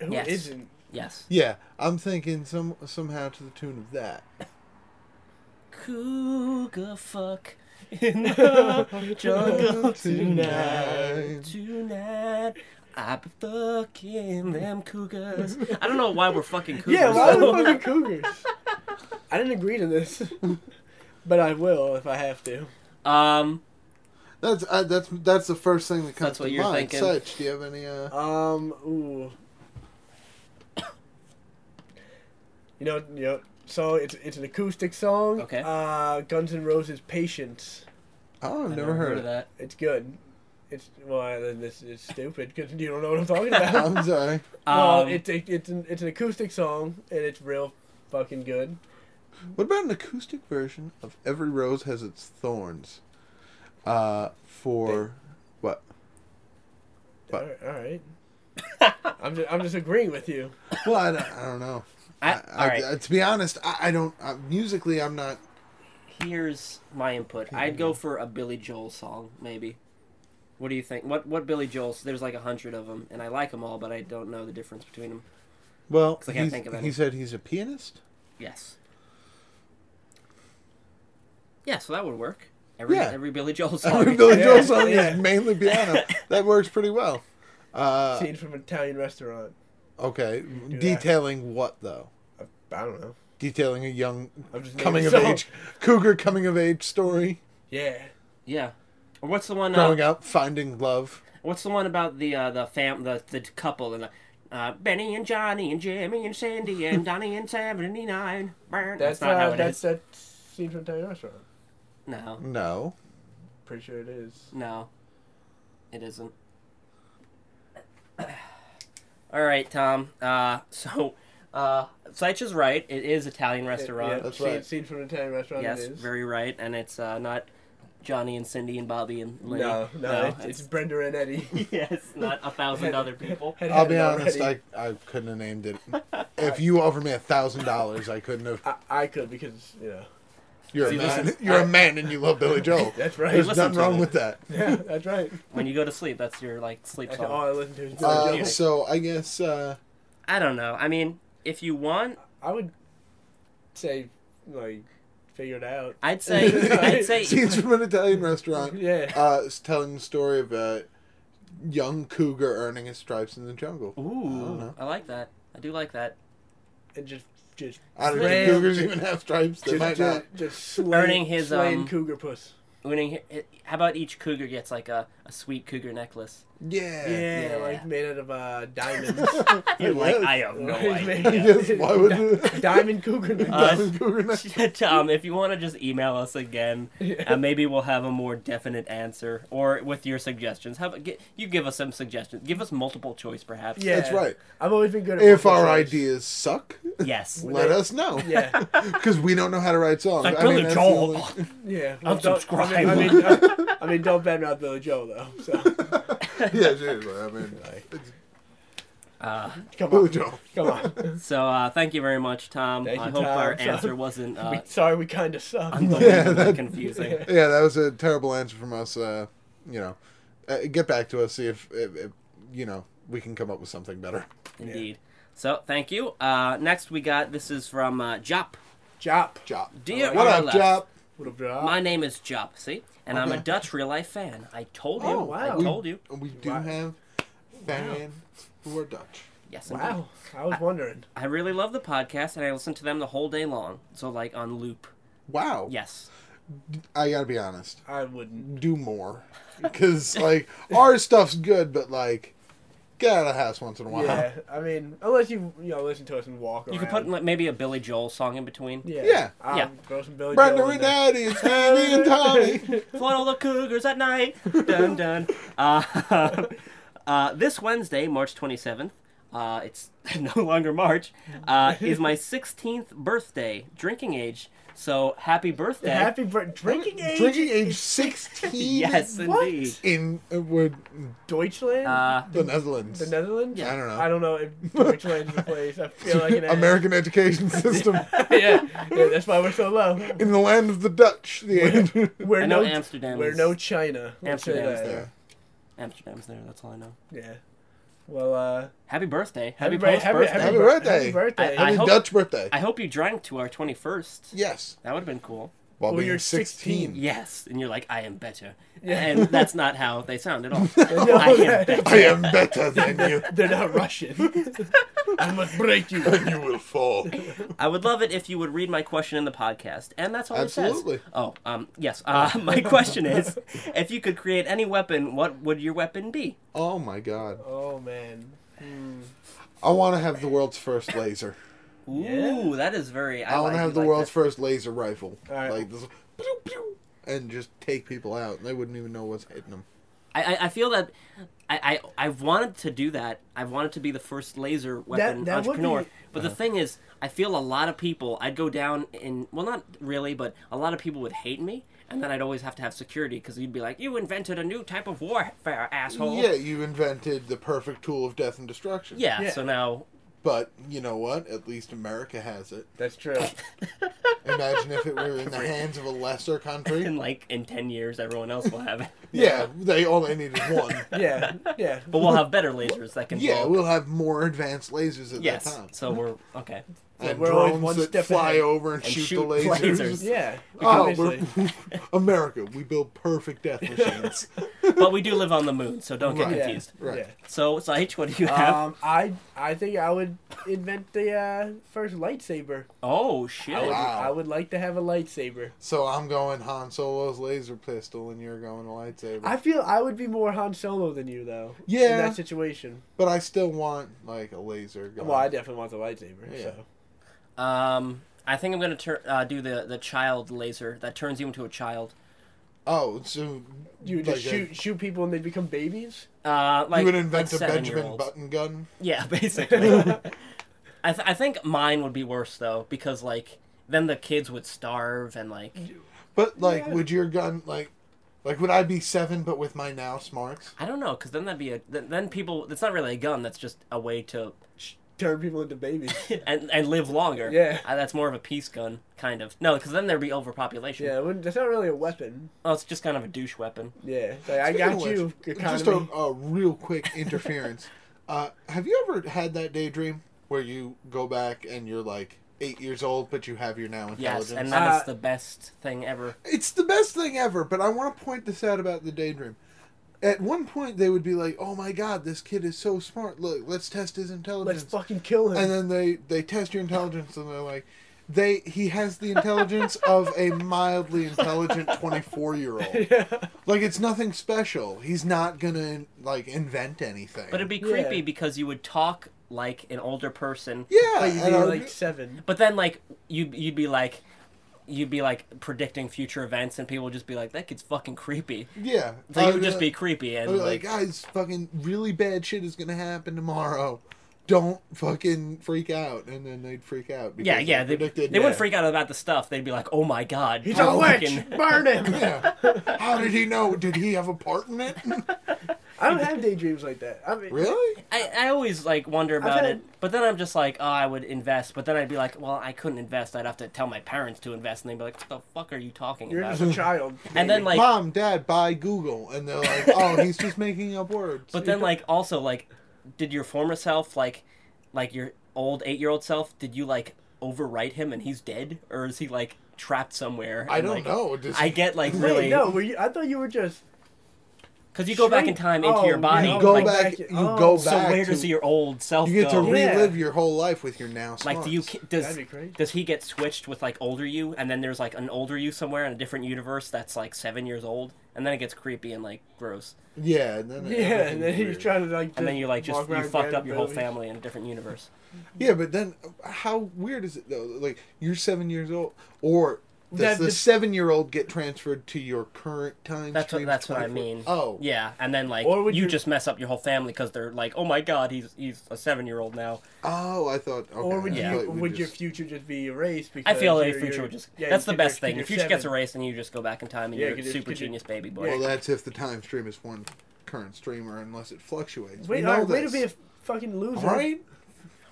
Speaker 3: Who
Speaker 1: Yes.
Speaker 3: not
Speaker 1: yes.
Speaker 2: Yeah, I'm thinking some somehow to the tune of that.
Speaker 1: Cougar fuck in the jungle tonight. Tonight. I've been fucking them cougars. I don't know why we're fucking cougars.
Speaker 3: Yeah, why
Speaker 1: though.
Speaker 3: the fucking cougars? I didn't agree to this, but I will if I have to.
Speaker 1: um,
Speaker 2: That's uh, that's that's the first thing that comes
Speaker 1: That's what
Speaker 2: to
Speaker 1: you're
Speaker 2: mind.
Speaker 1: thinking.
Speaker 2: Such, do you have any? Uh,
Speaker 3: Um, ooh. You know, you know. So it's it's an acoustic song.
Speaker 1: Okay.
Speaker 3: Uh, Guns N' Roses, "Patience."
Speaker 2: oh, I've
Speaker 1: I
Speaker 2: never heard
Speaker 1: of
Speaker 2: of that.
Speaker 1: that.
Speaker 3: It's good. It's well, then this is stupid because you don't know what I'm talking about.
Speaker 2: I'm sorry.
Speaker 3: well,
Speaker 1: Um,
Speaker 3: it's it, it's an it's an acoustic song and it's real fucking good.
Speaker 2: What about an acoustic version of "Every Rose Has Its Thorns"? Uh, for what? But-
Speaker 3: All right. All right. I'm just, I'm just agreeing with you.
Speaker 2: Well, I don't, I don't know.
Speaker 1: I-
Speaker 2: I,
Speaker 1: all right.
Speaker 2: I, to be honest, I, I don't. Uh, musically, I'm not.
Speaker 1: here's my input. I'd go for a Billy Joel song, maybe. What do you think? What what Billy Joel's? There's like a hundred of them, and I like them all, but I don't know the difference between them.
Speaker 2: Well,
Speaker 1: 'Cause I can't
Speaker 2: he's-
Speaker 1: think of any.
Speaker 2: he said he's a pianist.
Speaker 1: Yes. Yeah, so that would work. Every
Speaker 2: Yeah.
Speaker 1: every Billy Joel song.
Speaker 2: Every Billy
Speaker 3: Oh, Yeah.
Speaker 2: Joel song
Speaker 3: Yeah.
Speaker 2: is mainly piano. That works pretty well. Uh,
Speaker 3: Scene from an Italian restaurant.
Speaker 2: okay,
Speaker 3: that.
Speaker 2: detailing what though?
Speaker 3: I, I don't know.
Speaker 2: Detailing a young
Speaker 3: I'm just
Speaker 2: coming of
Speaker 3: naming songs.
Speaker 2: age cougar coming of age story,
Speaker 3: Yeah.
Speaker 1: yeah. Or what's the one?
Speaker 2: growing
Speaker 1: Uh,
Speaker 2: up, finding love.
Speaker 1: what's the one about the uh, the fam the the couple and the. Uh, Benny and Johnny and Jimmy and Sandy and Donnie and seventy nine. That's,
Speaker 3: That's,
Speaker 1: not
Speaker 3: uh,
Speaker 1: how it is.
Speaker 3: that's that scene from Italian restaurant.
Speaker 1: No,
Speaker 2: No,
Speaker 3: Pretty sure it is.
Speaker 1: no, it isn't. All right, Tom. Uh, so, uh, Seitch is right. It is Italian restaurant.
Speaker 3: Yeah,
Speaker 2: That's
Speaker 3: scene,
Speaker 2: right.
Speaker 3: Scene from an Italian restaurant.
Speaker 1: Yes,
Speaker 3: it is.
Speaker 1: very right, and it's uh, not Johnny and Cindy and Bobby and Lenny.
Speaker 3: No, no, it's, it's Brenda and Eddie.
Speaker 1: it's- yes, not a thousand other people.
Speaker 3: Had
Speaker 2: I'll
Speaker 3: had
Speaker 2: be
Speaker 3: it
Speaker 2: honest,
Speaker 3: already.
Speaker 2: I, I couldn't have named it. If you offered me a thousand dollars, I couldn't have.
Speaker 3: I, I could because you know.
Speaker 2: You're a
Speaker 1: See,
Speaker 2: man.
Speaker 1: listen,
Speaker 2: you're
Speaker 1: I-
Speaker 2: a man, and you love Billy Joel.
Speaker 3: That's right.
Speaker 2: There's
Speaker 1: listen
Speaker 2: nothing
Speaker 1: to
Speaker 2: wrong
Speaker 1: it.
Speaker 2: with that.
Speaker 3: Yeah, that's right.
Speaker 1: When you go to sleep, that's your like sleep
Speaker 3: That's all
Speaker 1: song.
Speaker 3: I listen to is Billy
Speaker 2: Uh,
Speaker 3: Joel.
Speaker 2: so I guess uh,
Speaker 1: I don't know. I mean, if you want,
Speaker 3: I would say like figure it out.
Speaker 1: I'd say, I'd say,
Speaker 2: scenes from an Italian restaurant.
Speaker 3: Yeah.
Speaker 2: Uh, it's telling the story of a young cougar earning his stripes in the jungle.
Speaker 1: ooh,
Speaker 2: know.
Speaker 1: I like that. I do like that.
Speaker 3: and just just
Speaker 2: I don't
Speaker 3: slaying-
Speaker 2: know. Cougars even have stripes. They
Speaker 3: just,
Speaker 2: might
Speaker 3: just,
Speaker 2: not.
Speaker 3: just slaying,
Speaker 1: Earning his,
Speaker 3: slaying
Speaker 1: um,
Speaker 3: cougar puss.
Speaker 1: Winning. How about each cougar gets like a, a sweet cougar necklace?
Speaker 2: Yeah.
Speaker 3: Yeah,
Speaker 1: Yeah.
Speaker 3: like made out of uh, diamonds.
Speaker 1: You're like,
Speaker 2: Yes.
Speaker 1: I have no
Speaker 3: Like,
Speaker 1: idea.
Speaker 3: made-
Speaker 2: Yes, why would it-
Speaker 3: diamond
Speaker 1: Uh,
Speaker 3: cougar? necklace.
Speaker 2: Diamond cougar necklace.
Speaker 1: Tom, if you want to just email us again, and maybe we'll have a more definite answer, or with your suggestions. Have get, you give us some suggestions? Give us multiple choice, perhaps.
Speaker 3: yeah,
Speaker 2: That's right.
Speaker 3: I've always been good at
Speaker 2: If
Speaker 3: multiple
Speaker 2: our
Speaker 3: choice.
Speaker 2: ideas suck,
Speaker 1: Yes.
Speaker 2: let us know.
Speaker 3: Yeah,
Speaker 2: Because we don't know how to write songs.
Speaker 1: Like
Speaker 2: I mean,
Speaker 1: Billy
Speaker 2: that's the
Speaker 1: Joel.
Speaker 2: only-
Speaker 3: yeah. Well, don't-
Speaker 1: Unsubscribe.
Speaker 3: I mean, I mean, I, I mean don't badmouth Billy Joel though. So
Speaker 2: yeah, seriously. I mean, it's
Speaker 1: Uh,
Speaker 3: come
Speaker 2: Billy
Speaker 3: on,
Speaker 2: Joel.
Speaker 3: come on.
Speaker 1: so uh, thank you very much, Tom.
Speaker 3: Thank
Speaker 1: I
Speaker 3: you,
Speaker 1: hope
Speaker 3: Tom.
Speaker 1: our
Speaker 3: So-
Speaker 1: answer wasn't uh,
Speaker 3: we, sorry, we kind of suck.
Speaker 1: unbelievably
Speaker 2: that-
Speaker 1: confusing.
Speaker 3: Yeah.
Speaker 2: Yeah, that was a terrible answer from us. Uh, you know, uh, get back to us. See if, if, if you know we can come up with something better.
Speaker 1: Indeed. So thank you. Uh, next we got this is from uh, Jop.
Speaker 3: Jop.
Speaker 2: Jop.
Speaker 1: Dear
Speaker 2: What up,
Speaker 1: RLF,
Speaker 2: Jop?
Speaker 3: What up, Jop?
Speaker 1: My name is Jop. See, and I'm a
Speaker 2: Okay.
Speaker 1: Dutch real life fan. I told you.
Speaker 2: Oh,
Speaker 3: wow.
Speaker 1: I told you.
Speaker 2: We do
Speaker 3: Wow.
Speaker 2: have fans who are Dutch.
Speaker 1: Yes. indeed.
Speaker 3: Wow, I was wondering.
Speaker 1: I really love the podcast, and I listen to them the whole day long. So like on loop.
Speaker 2: Wow.
Speaker 1: Yes.
Speaker 2: I gotta be honest.
Speaker 3: I wouldn't.
Speaker 2: Do more, because like our stuff's good, but like get out of the house once in a while.
Speaker 3: Yeah, I mean, unless you you know listen to us and walk
Speaker 1: You
Speaker 3: around.
Speaker 1: could put like, maybe a Billy Joel song in between.
Speaker 3: Yeah.
Speaker 2: Yeah.
Speaker 3: Um,
Speaker 1: Yeah.
Speaker 3: Throw some Billy
Speaker 2: Brenda
Speaker 3: Joel in
Speaker 2: and
Speaker 3: there.
Speaker 2: Daddy, it's Andy and Tommy.
Speaker 1: Flood all the cougars at night. Dun dun. Uh, uh, this Wednesday, March 27th, uh, it's no longer March, uh, is my 16th birthday drinking age. So happy birthday.
Speaker 3: Happy birthday. Drinking age.
Speaker 2: Drinking age
Speaker 3: is
Speaker 2: 16?
Speaker 1: yes,
Speaker 3: What?
Speaker 1: indeed.
Speaker 2: In uh, would
Speaker 3: Deutschland.
Speaker 1: Uh,
Speaker 2: the Netherlands.
Speaker 3: the Netherlands.
Speaker 2: I don't know.
Speaker 3: I don't know if Deutschland is the place. I feel like an ass.
Speaker 2: American education system.
Speaker 3: yeah. yeah, that's why we're so low.
Speaker 2: In the land of the Dutch. The
Speaker 3: We're
Speaker 1: I know
Speaker 3: no
Speaker 1: Amsterdam
Speaker 3: We're
Speaker 1: is-
Speaker 3: no China. Let's say
Speaker 1: Amsterdam's
Speaker 3: that.
Speaker 2: yeah.
Speaker 1: there. Amsterdam's there, that's all I know.
Speaker 3: Yeah. Well, uh,
Speaker 1: Happy birthday. Happy,
Speaker 3: bir-
Speaker 1: post birthday.
Speaker 2: happy
Speaker 3: bir-
Speaker 2: birthday.
Speaker 3: Happy birthday.
Speaker 1: I
Speaker 2: I mean,
Speaker 1: hope-
Speaker 2: Dutch birthday.
Speaker 1: I hope you drank to our 21st.
Speaker 2: yes.
Speaker 1: That would have been cool.
Speaker 2: While
Speaker 3: Well,
Speaker 2: being
Speaker 3: you're
Speaker 2: 16.
Speaker 1: Yes, and you're like, I am better.
Speaker 3: Yeah.
Speaker 1: And that's not how they sound at all.
Speaker 3: No,
Speaker 1: I am better.
Speaker 2: I am better than you,
Speaker 3: They're not Russian. I must break you.
Speaker 2: and you will fall.
Speaker 1: I would love it if you would read my question in the podcast, and that's all
Speaker 2: Absolutely.
Speaker 1: it says. Oh, um, yes. Uh, my question is, if you could create any weapon, what would your weapon be?
Speaker 2: Oh my god.
Speaker 3: Oh man. Hmm.
Speaker 2: I want to have the world's first laser.
Speaker 1: Ooh,
Speaker 3: Yeah.
Speaker 1: that is very. I,
Speaker 2: I, want
Speaker 1: like
Speaker 2: to have
Speaker 1: it
Speaker 2: the
Speaker 1: like
Speaker 2: world's
Speaker 1: that.
Speaker 2: first laser rifle.
Speaker 3: Alright.
Speaker 2: Like this, pew, pew, and just take people out. They wouldn't even know what's hitting them.
Speaker 1: I, I, I feel that. I, I I wanted to do that. I wanted to be the first laser weapon
Speaker 3: that would
Speaker 1: entrepreneur.
Speaker 3: be-
Speaker 1: But the thing is, I feel a lot of people. I'd go down in well, not really, but a lot of people would hate me, and then I'd always have to have security because you'd be like, "You invented a new type of warfare, asshole."
Speaker 2: Yeah, you invented the perfect tool of death and destruction.
Speaker 1: Yeah,
Speaker 3: Yeah.
Speaker 1: so now
Speaker 2: But you know what? At least America has it.
Speaker 3: That's true.
Speaker 2: Imagine if it were in the hands of a lesser country.
Speaker 1: in like in 10 years everyone else will have it
Speaker 2: Yeah, they all they need is one.
Speaker 3: Yeah. Yeah.
Speaker 1: but we'll have better lasers that can
Speaker 2: Yeah,
Speaker 1: blow-
Speaker 2: we'll have more advanced lasers at
Speaker 1: yes
Speaker 2: that time.
Speaker 1: so we're okay
Speaker 2: And
Speaker 3: we're always
Speaker 2: drones
Speaker 3: one
Speaker 2: that
Speaker 3: step
Speaker 2: fly
Speaker 3: ahead.
Speaker 2: over and,
Speaker 1: And
Speaker 2: shoot,
Speaker 1: shoot
Speaker 2: the lasers.
Speaker 1: lasers.
Speaker 3: Yeah.
Speaker 2: Oh,
Speaker 3: obviously.
Speaker 2: we're, America, we build perfect death machines.
Speaker 1: but we do live on the moon so don't get
Speaker 2: Right.
Speaker 3: Yeah.
Speaker 1: confused
Speaker 2: Right.
Speaker 1: so Saich, what do you have
Speaker 3: Yeah. Um, I I think I would invent the uh, first lightsaber.
Speaker 1: oh shit
Speaker 3: I would,
Speaker 2: Wow.
Speaker 3: I would like to have a lightsaber.
Speaker 2: So I'm going Han Solo's laser pistol, and you're going a lightsaber.
Speaker 3: I feel I would be more Han Solo than you though. In
Speaker 2: Yeah.
Speaker 3: that situation.
Speaker 2: but I still want like a laser gun.
Speaker 3: Well, I definitely want the lightsaber.
Speaker 2: Yeah.
Speaker 3: So.
Speaker 1: um i think i'm gonna tur- uh, do the the child laser that turns you into a child
Speaker 2: oh, so
Speaker 3: You would just
Speaker 2: like
Speaker 3: shoot shoot people and they become babies.
Speaker 1: uh
Speaker 2: A,
Speaker 1: like
Speaker 2: you would
Speaker 1: like
Speaker 2: invent a Benjamin
Speaker 1: seven-year-olds.
Speaker 2: Button gun.
Speaker 1: yeah basically I, th- I think mine would be worse though because like then the kids would starve and like
Speaker 2: But like,
Speaker 3: Yeah.
Speaker 2: would your gun like, like would I be seven but with my now smarts?
Speaker 1: i don't know because then that'd be a th- then people it's not really a gun that's just a way to
Speaker 3: Turn people into babies.
Speaker 1: and and live longer.
Speaker 3: Yeah.
Speaker 1: Uh, that's more of a peace gun, kind of. No, because then there'd be overpopulation.
Speaker 3: yeah, it wouldn't- that's not really a weapon.
Speaker 1: Oh, it's just kind of a douche weapon.
Speaker 3: Yeah, it's like, I
Speaker 2: Speaking of
Speaker 3: got you.
Speaker 2: which,
Speaker 3: Economy.
Speaker 2: Just a, a real quick interference. uh, have you ever had that daydream where you go back and you're like eight years old, but you have your now intelligence?
Speaker 1: Yes, and that is
Speaker 3: Uh,
Speaker 1: the best thing ever.
Speaker 2: It's the best thing ever, but I want to point this out about the daydream. At one point, they would be like, "Oh my God, this kid is so smart. Look, let's test his
Speaker 3: Let's
Speaker 2: intelligence."
Speaker 3: fucking kill him.
Speaker 2: and then they they test your intelligence, and they're like, "They he has the intelligence of a mildly intelligent twenty four year old.
Speaker 3: yeah.
Speaker 2: Like it's nothing special. He's not gonna like invent anything."
Speaker 1: But it'd be
Speaker 3: Yeah.
Speaker 1: creepy because you would talk like an older person.
Speaker 2: yeah,
Speaker 3: But you'd
Speaker 2: and
Speaker 3: be
Speaker 2: I-
Speaker 3: like seven.
Speaker 1: But then like you you'd be like you'd be like predicting future events, and people would just be like, "That kid's fucking creepy."
Speaker 2: yeah.
Speaker 1: So
Speaker 2: I
Speaker 1: you
Speaker 2: would
Speaker 1: would just be
Speaker 2: like-
Speaker 1: creepy
Speaker 2: I
Speaker 1: and
Speaker 3: Oh,
Speaker 2: would be
Speaker 1: like,
Speaker 2: like, guys, fucking really bad shit is gonna happen tomorrow. Don't fucking freak out, and then they'd freak out. Because
Speaker 1: yeah, yeah. They,
Speaker 2: predicted.
Speaker 1: they
Speaker 2: yeah.
Speaker 1: wouldn't freak out about the stuff. They'd be like, "Oh my god,
Speaker 3: He's
Speaker 1: I'm
Speaker 3: a witch.
Speaker 1: fucking-
Speaker 3: Burn him.
Speaker 2: Yeah. How did he know? Did he have a part in it?
Speaker 3: I don't have daydreams like that. I mean,
Speaker 2: really?
Speaker 1: I, I always like wonder about
Speaker 3: had-
Speaker 1: it, but then I'm just like, oh, I would invest, but then I'd be like, well, I couldn't invest. I'd have to tell my parents to invest, and they'd be like, what the fuck are you talking
Speaker 3: You're
Speaker 1: about?
Speaker 3: just a child.
Speaker 1: And then like,
Speaker 3: maybe.
Speaker 2: Mom, Dad, buy Google, and they're like, "Oh, he's just making up words."
Speaker 1: but then like, also like, did your former self like, like your old eight year old self? Did you like overwrite him and he's dead, or is he like trapped somewhere?
Speaker 2: I
Speaker 1: and,
Speaker 2: don't
Speaker 1: like-
Speaker 2: know. Just,
Speaker 1: I get like
Speaker 3: Wait,
Speaker 1: really
Speaker 3: no, were you, I thought you were just.
Speaker 1: because you go back in
Speaker 3: shrink-
Speaker 1: time into
Speaker 3: oh,
Speaker 1: your body.
Speaker 2: you
Speaker 3: no,
Speaker 2: go
Speaker 1: like,
Speaker 2: back.
Speaker 3: back-
Speaker 2: You
Speaker 3: oh.
Speaker 2: go back.
Speaker 1: So where does
Speaker 2: to-
Speaker 1: your old self
Speaker 2: You get
Speaker 1: go?
Speaker 2: to
Speaker 3: re-
Speaker 2: relive your whole life with your now.
Speaker 1: like, do you
Speaker 2: smarts.
Speaker 1: ki- does
Speaker 3: That'd be crazy.
Speaker 1: Does he get switched with like older you, and then there's like an older you somewhere in a different universe that's like seven years old, and then it gets creepy and like gross,
Speaker 2: Yeah, and then
Speaker 3: Yeah, and then
Speaker 2: everything's
Speaker 3: he's
Speaker 2: weird.
Speaker 3: trying to like.
Speaker 1: and then you like
Speaker 3: walk
Speaker 1: just you
Speaker 3: around
Speaker 1: fucked up
Speaker 3: grabbing
Speaker 1: your whole
Speaker 3: babies.
Speaker 1: family in a different universe.
Speaker 2: Yeah, but then uh, how weird is it though? Like you're seven years old, or Does
Speaker 3: that-
Speaker 2: the seven year old get transferred to your current time
Speaker 1: That's what
Speaker 2: stream?
Speaker 1: that's what I
Speaker 2: 24
Speaker 1: mean.
Speaker 2: Oh.
Speaker 1: yeah, and then like
Speaker 3: Or would
Speaker 1: you
Speaker 3: you-
Speaker 1: just mess up your whole family because they're like, oh my god, he's he's a seven year old now.
Speaker 2: Oh, I thought. Okay,
Speaker 3: Or would
Speaker 2: I
Speaker 1: Yeah.
Speaker 2: thought
Speaker 3: you
Speaker 2: it
Speaker 3: would your
Speaker 2: just-
Speaker 3: future just be erased? Because
Speaker 1: I feel like
Speaker 3: you're-
Speaker 1: future
Speaker 3: you're-
Speaker 1: would just
Speaker 3: yeah,
Speaker 1: that's the
Speaker 3: you could-
Speaker 1: best
Speaker 3: you're
Speaker 1: thing. Your future
Speaker 3: seven.
Speaker 1: gets erased and you just go back in time and
Speaker 3: Yeah,
Speaker 1: you're a
Speaker 3: because
Speaker 1: super
Speaker 3: you're-
Speaker 1: genius baby boy.
Speaker 2: Well, that's if the time stream is one current streamer, unless it fluctuates. We
Speaker 3: Wait,
Speaker 2: know
Speaker 3: all right, way to
Speaker 2: this.
Speaker 3: be a fucking loser.
Speaker 2: right?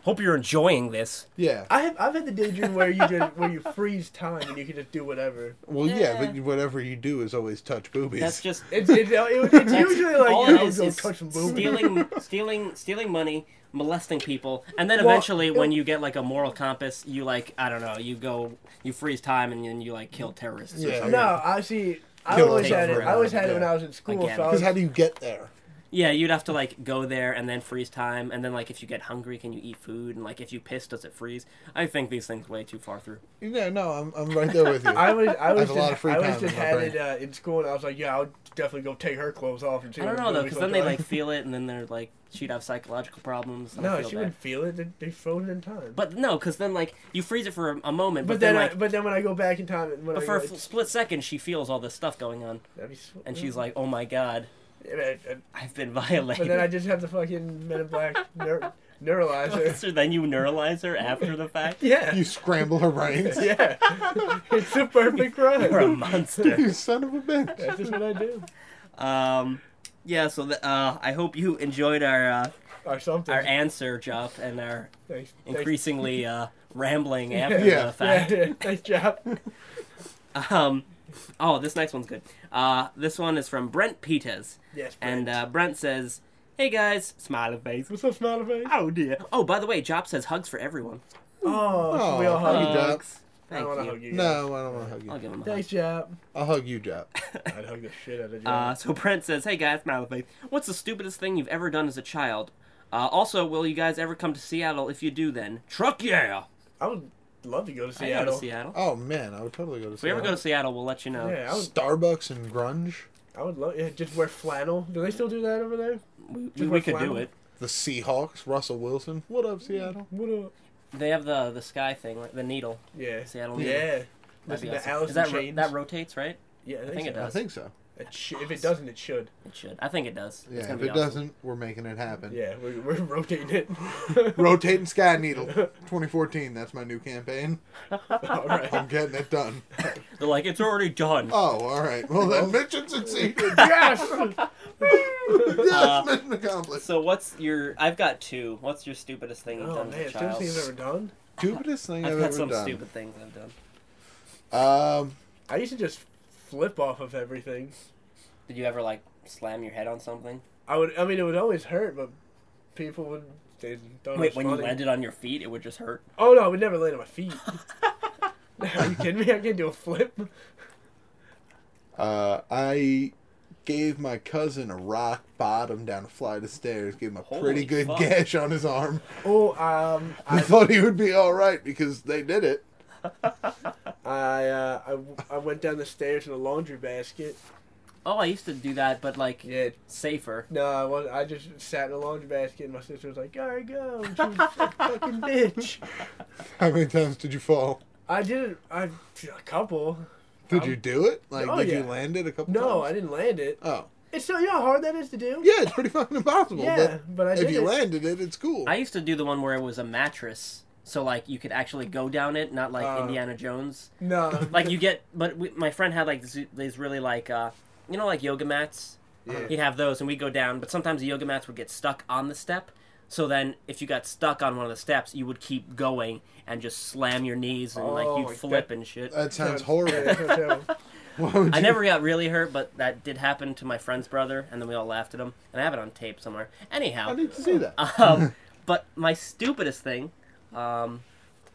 Speaker 1: Hope you're enjoying this.
Speaker 2: Yeah.
Speaker 3: I have I've had the daydream where you just, where you freeze time and you can just do whatever.
Speaker 2: Well, yeah,
Speaker 1: Yeah.
Speaker 2: but whatever you do is always touch boobies.
Speaker 1: That's just
Speaker 3: It's it's, it, it's
Speaker 1: that's-
Speaker 3: usually like
Speaker 1: all
Speaker 3: you
Speaker 1: it
Speaker 3: know,
Speaker 1: is
Speaker 3: go
Speaker 1: is
Speaker 3: touch some boobies.
Speaker 1: stealing, stealing, stealing money, molesting people, and then
Speaker 3: Well,
Speaker 1: eventually, when
Speaker 3: it-
Speaker 1: you get like a moral compass, you like I don't know, you go, you freeze time, and then you like kill terrorists. Or
Speaker 2: Yeah.
Speaker 1: something.
Speaker 3: No, I see. I
Speaker 2: Kill
Speaker 3: always
Speaker 1: them.
Speaker 3: had it. I always had it when
Speaker 2: Yeah.
Speaker 3: I was in school.
Speaker 1: Again.
Speaker 3: So I
Speaker 2: Because
Speaker 3: was,
Speaker 2: how do you get there?
Speaker 1: Yeah, you'd have to like go there and then freeze time, and then like if you get hungry, can you eat food? And like if you piss, does it freeze? I think these things way too far through.
Speaker 2: Yeah, no, I'm, I'm right there with you.
Speaker 3: I was I was
Speaker 2: have a lot
Speaker 3: just-
Speaker 2: of free
Speaker 3: I
Speaker 2: time
Speaker 3: always just
Speaker 2: in my
Speaker 3: had
Speaker 2: brain.
Speaker 3: it uh, in school, and I was like, yeah, I would definitely go take her clothes off and see.
Speaker 1: I don't
Speaker 3: what
Speaker 1: know though,
Speaker 3: movies
Speaker 1: because then
Speaker 3: look
Speaker 1: they like
Speaker 3: like.
Speaker 1: feel it, and then they're like she'd have psychological problems. And I
Speaker 3: No,
Speaker 1: feel
Speaker 3: she
Speaker 1: bad.
Speaker 3: would feel it. They, they frozen in time.
Speaker 1: But no, because then like you freeze it for a, a moment,
Speaker 3: but,
Speaker 1: but,
Speaker 3: then,
Speaker 1: then, like
Speaker 3: I, but then when I go back in time, when
Speaker 1: but
Speaker 3: I
Speaker 1: for a
Speaker 3: go,
Speaker 1: f- split second, she feels all this stuff going on,
Speaker 3: that'd be so-
Speaker 1: and she's like, "Oh my god,
Speaker 3: And I- and-
Speaker 1: I've been
Speaker 3: but
Speaker 1: violated."
Speaker 3: then I just have the fucking Men in Black neur- neuralizer.
Speaker 1: so then you neuralize her after the fact.
Speaker 3: Yeah,
Speaker 2: You scramble her brains.
Speaker 3: yeah, it's the perfect
Speaker 1: You're a
Speaker 3: crime.
Speaker 1: monster.
Speaker 2: you son of a bitch.
Speaker 3: That's just what I do,
Speaker 1: Um, yeah. So th- uh, I hope you enjoyed our uh,
Speaker 3: or something.
Speaker 1: our answer, Jeff, and our
Speaker 3: Thanks. Thanks.
Speaker 1: increasingly uh, rambling after
Speaker 2: Yeah.
Speaker 1: the fact.
Speaker 3: Yeah, yeah, nice job.
Speaker 1: Um, oh, this next one's good. Uh, this one is from Brent Peters,
Speaker 3: Yes,
Speaker 1: and
Speaker 3: Brent.
Speaker 1: uh, Brent says, "Hey guys, smiley face."
Speaker 3: what's up, smiley face?
Speaker 1: Oh dear. Oh, by the way, Job says hugs for everyone.
Speaker 3: Oh, should we all
Speaker 2: Hug you,
Speaker 3: hug.
Speaker 2: Job.
Speaker 3: I
Speaker 1: Thank
Speaker 3: wanna
Speaker 1: you.
Speaker 3: hug you.
Speaker 2: No, I don't want to hug you.
Speaker 1: I'll give him a hug.
Speaker 3: Thanks, Jap.
Speaker 2: I'll hug you, Jap.
Speaker 3: I'd hug the shit out of Jap.
Speaker 1: Uh, so Brent says, "Hey guys, smiley face. What's the stupidest thing you've ever done as a child? Uh, also, will you guys ever come to Seattle? If you do, then truck yeah.
Speaker 3: I would love to go to
Speaker 1: I go
Speaker 3: Seattle.
Speaker 1: to Seattle.
Speaker 2: Oh, man, I would totally go to
Speaker 1: If we ever go to
Speaker 2: Seattle.
Speaker 1: Seattle, we'll let you know.
Speaker 3: Yeah, I would.
Speaker 2: Starbucks and grunge?
Speaker 3: I would love. Yeah, just wear flannel. Do they still do that over there?
Speaker 1: We,
Speaker 3: Just
Speaker 1: we
Speaker 3: wear
Speaker 1: could do
Speaker 3: flannel.
Speaker 1: it.
Speaker 2: The Seahawks? Russell Wilson? What up, Seattle?
Speaker 3: What up?
Speaker 1: They have the the sky thing, like the needle.
Speaker 3: Yeah.
Speaker 1: Seattle needle.
Speaker 3: Yeah.
Speaker 1: That'd be
Speaker 3: Listen to
Speaker 1: awesome. Is
Speaker 3: Alice in
Speaker 1: that ro-
Speaker 3: Chains.
Speaker 1: that rotates, right?
Speaker 3: yeah, I
Speaker 1: think it
Speaker 2: I
Speaker 1: does.
Speaker 2: think so.
Speaker 3: It sh- if it doesn't, it should.
Speaker 1: It should. I think it does.
Speaker 2: Yeah, if
Speaker 1: gonna
Speaker 2: it
Speaker 1: be awesome.
Speaker 2: doesn't, we're making it happen.
Speaker 3: Yeah, we're, we're rotating it.
Speaker 2: Rotating Sky Needle 2014. That's my new campaign.
Speaker 3: All right.
Speaker 2: I'm getting it done.
Speaker 1: They're like, it's already done.
Speaker 2: Oh, all right. Well, then mission succeeded.
Speaker 3: yes.
Speaker 2: Yes,
Speaker 1: Uh,
Speaker 2: mission accomplished.
Speaker 1: so what's your? I've got two. What's your stupidest thing you've
Speaker 3: Oh
Speaker 1: done
Speaker 3: man,
Speaker 1: as a child?
Speaker 3: stupidest thing I've ever done.
Speaker 2: Stupidest thing I've,
Speaker 1: I've
Speaker 2: ever
Speaker 1: got some
Speaker 2: done.
Speaker 1: stupid things I've done.
Speaker 2: Um,
Speaker 3: I used to just flip off of everything.
Speaker 1: Did you ever like slam your head on something?
Speaker 3: I would. I mean, it would always hurt, but people would. They don't
Speaker 1: Wait, when you landed on your feet, it would just hurt.
Speaker 3: Oh no, I would never land on my feet. Are you kidding me? I can't do a flip.
Speaker 2: uh, I gave my cousin a rock bottom down a flight of stairs. Gave him a
Speaker 1: Holy
Speaker 2: pretty good
Speaker 1: fuck.
Speaker 2: gash on his arm.
Speaker 3: Oh, um,
Speaker 2: I
Speaker 3: I,
Speaker 2: thought he would be all right because they did it.
Speaker 3: I, uh, I, I went down the stairs in a laundry basket.
Speaker 1: Oh, I used to do that, but like
Speaker 3: Yeah,
Speaker 1: safer.
Speaker 3: no, I was I just sat in a laundry basket, and my sister was like, "All right, go." And she was a fucking bitch.
Speaker 2: How many times did you fall?
Speaker 3: I didn't. I a couple.
Speaker 2: Did
Speaker 3: Um,
Speaker 2: you do it? Like,
Speaker 3: oh,
Speaker 2: did you
Speaker 3: yeah.
Speaker 2: land it a couple
Speaker 3: No, I
Speaker 2: times?
Speaker 3: didn't land it.
Speaker 2: Oh.
Speaker 3: It's so you know how hard that is to do.
Speaker 2: Yeah, it's pretty fucking impossible.
Speaker 3: yeah, but, I
Speaker 2: but if
Speaker 3: did
Speaker 2: you
Speaker 3: it.
Speaker 2: landed it, it's cool.
Speaker 1: I used to do the one where it was a mattress, so like you could actually go down it, not like
Speaker 3: Uh.
Speaker 1: Indiana Jones.
Speaker 3: No,
Speaker 1: Like you get, but we, my friend had like these, these really like, uh, you know, like yoga mats.
Speaker 3: Yeah.
Speaker 1: He'd have those, and we'd go down. But sometimes the yoga mats would get stuck on the step. So then, if you got stuck on one of the steps, you would keep going and just slam your knees and
Speaker 3: Oh,
Speaker 1: like
Speaker 3: my
Speaker 1: you'd flip and shit.
Speaker 2: that Uh, sounds
Speaker 3: Yeah,
Speaker 2: horrible.
Speaker 3: that's what I'm telling you.
Speaker 2: Why would
Speaker 1: I
Speaker 2: you-
Speaker 1: never got really hurt, but that did happen to my friend's brother, and then we all laughed at him. And I have it on tape somewhere.
Speaker 2: I
Speaker 1: Anyhow,
Speaker 2: need to see that.
Speaker 1: um, but my stupidest thing, um,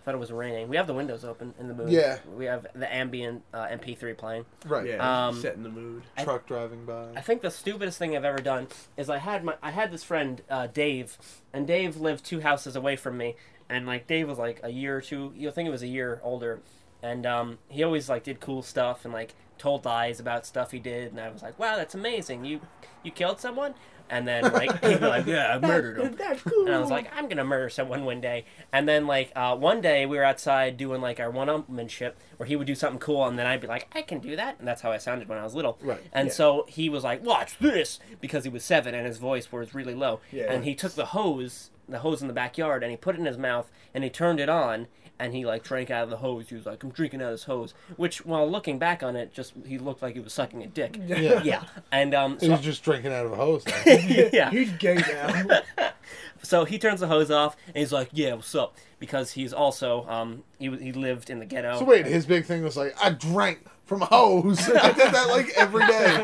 Speaker 1: I thought it was raining. We have the windows open in the movie.
Speaker 2: Yeah.
Speaker 1: We have the ambient uh, MP3 playing.
Speaker 2: right.
Speaker 3: yeah,
Speaker 1: Um,
Speaker 3: setting the mood.
Speaker 2: Truck driving by.
Speaker 1: I think the stupidest thing I've ever done is I had my I had this friend uh, Dave, and Dave lived two houses away from me, and like Dave was like a year or two, you know, I think it was a year older, and um, he always like did cool stuff and like told lies about stuff he did, and I was like, "Wow, that's amazing! You you killed someone." And then like he'd be like, "Yeah, I murdered him."
Speaker 3: That's cool.
Speaker 1: And I was like, I'm gonna murder someone one day. And then like uh, one day we were outside doing like our one-upmanship, where he would do something cool, and then I'd be like, I can do that, and that's how I sounded when I was little.
Speaker 2: Right,
Speaker 1: And
Speaker 3: yeah.
Speaker 1: so he was like, Watch this, because he was seven and his voice was really low.
Speaker 3: Yeah.
Speaker 1: And he took the hose, the hose in the backyard, and he put it in his mouth, and he turned it on. And he like drank out of the hose. He was like, "I'm drinking out of this hose," which, while looking back on it, just he looked like he was sucking a dick.
Speaker 2: Yeah.
Speaker 1: yeah. And um,
Speaker 2: He
Speaker 1: so,
Speaker 2: was just drinking out of a hose. now.
Speaker 1: yeah,
Speaker 3: He's gay now.
Speaker 1: so he turns the hose off and he's like, "Yeah, what's up?" Because he's also um he he lived in the ghetto.
Speaker 2: so wait, his big thing was like, I drank from a hose. I did that like every day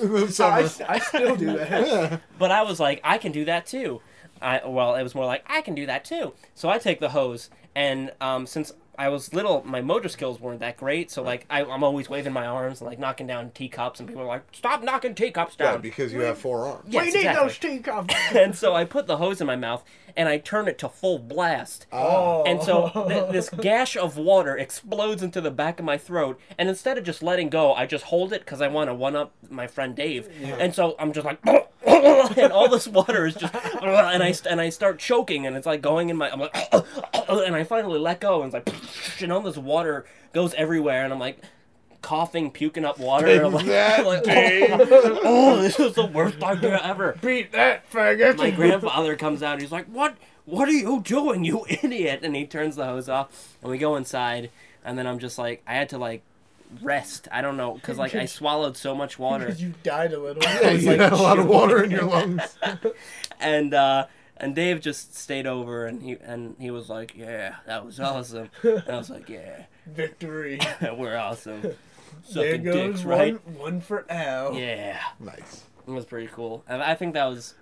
Speaker 2: in the
Speaker 3: I,
Speaker 2: summer.
Speaker 3: I still do that.
Speaker 2: Yeah.
Speaker 1: But I was like, "I can do that too." I well, it was more like, "I can do that too." So I take the hose and um since I was little, my motor skills weren't that great, so like I, I'm always waving my arms and like knocking down teacups, and people are like, "Stop knocking teacups
Speaker 2: yeah,
Speaker 1: down!"
Speaker 2: because you have four arms.
Speaker 1: Yes,
Speaker 3: we need
Speaker 1: exactly. Uh,
Speaker 3: those teacups.
Speaker 1: and so I put the hose in my mouth and I turn it to full blast.
Speaker 2: Oh.
Speaker 1: And so th- this gash of water explodes into the back of my throat, and instead of just letting go, I just hold it because I want to one up my friend Dave. And so I'm just like, and all this water is just, and I st- and I start choking, and it's like going in my, I'm like, and I finally let go, and it's like, and all this water goes everywhere, and I'm like. Coughing, puking up water. and I'm like,
Speaker 2: That
Speaker 1: like, oh, this is the worst idea ever
Speaker 3: Beat that, faggot.
Speaker 1: my grandfather comes out. He's like, "What? What are you doing, you idiot?" And he turns the hose off, and we go inside. And then I'm just like, I had to like rest. I don't know because like I swallowed so much water,
Speaker 3: Because you died a little.
Speaker 2: Yeah, you
Speaker 1: like,
Speaker 2: had a lot of
Speaker 1: shoot.
Speaker 2: water in your lungs.
Speaker 1: and uh, and Dave just stayed over, and he and he was like, "Yeah, that was awesome." And I was like, "Yeah,
Speaker 3: Victory.
Speaker 1: we're awesome."
Speaker 3: there
Speaker 1: Sucking
Speaker 3: goes
Speaker 1: dicks,
Speaker 3: one,
Speaker 1: right?
Speaker 3: one for Al.
Speaker 1: Yeah,
Speaker 2: nice.
Speaker 1: it was pretty cool. And I think that was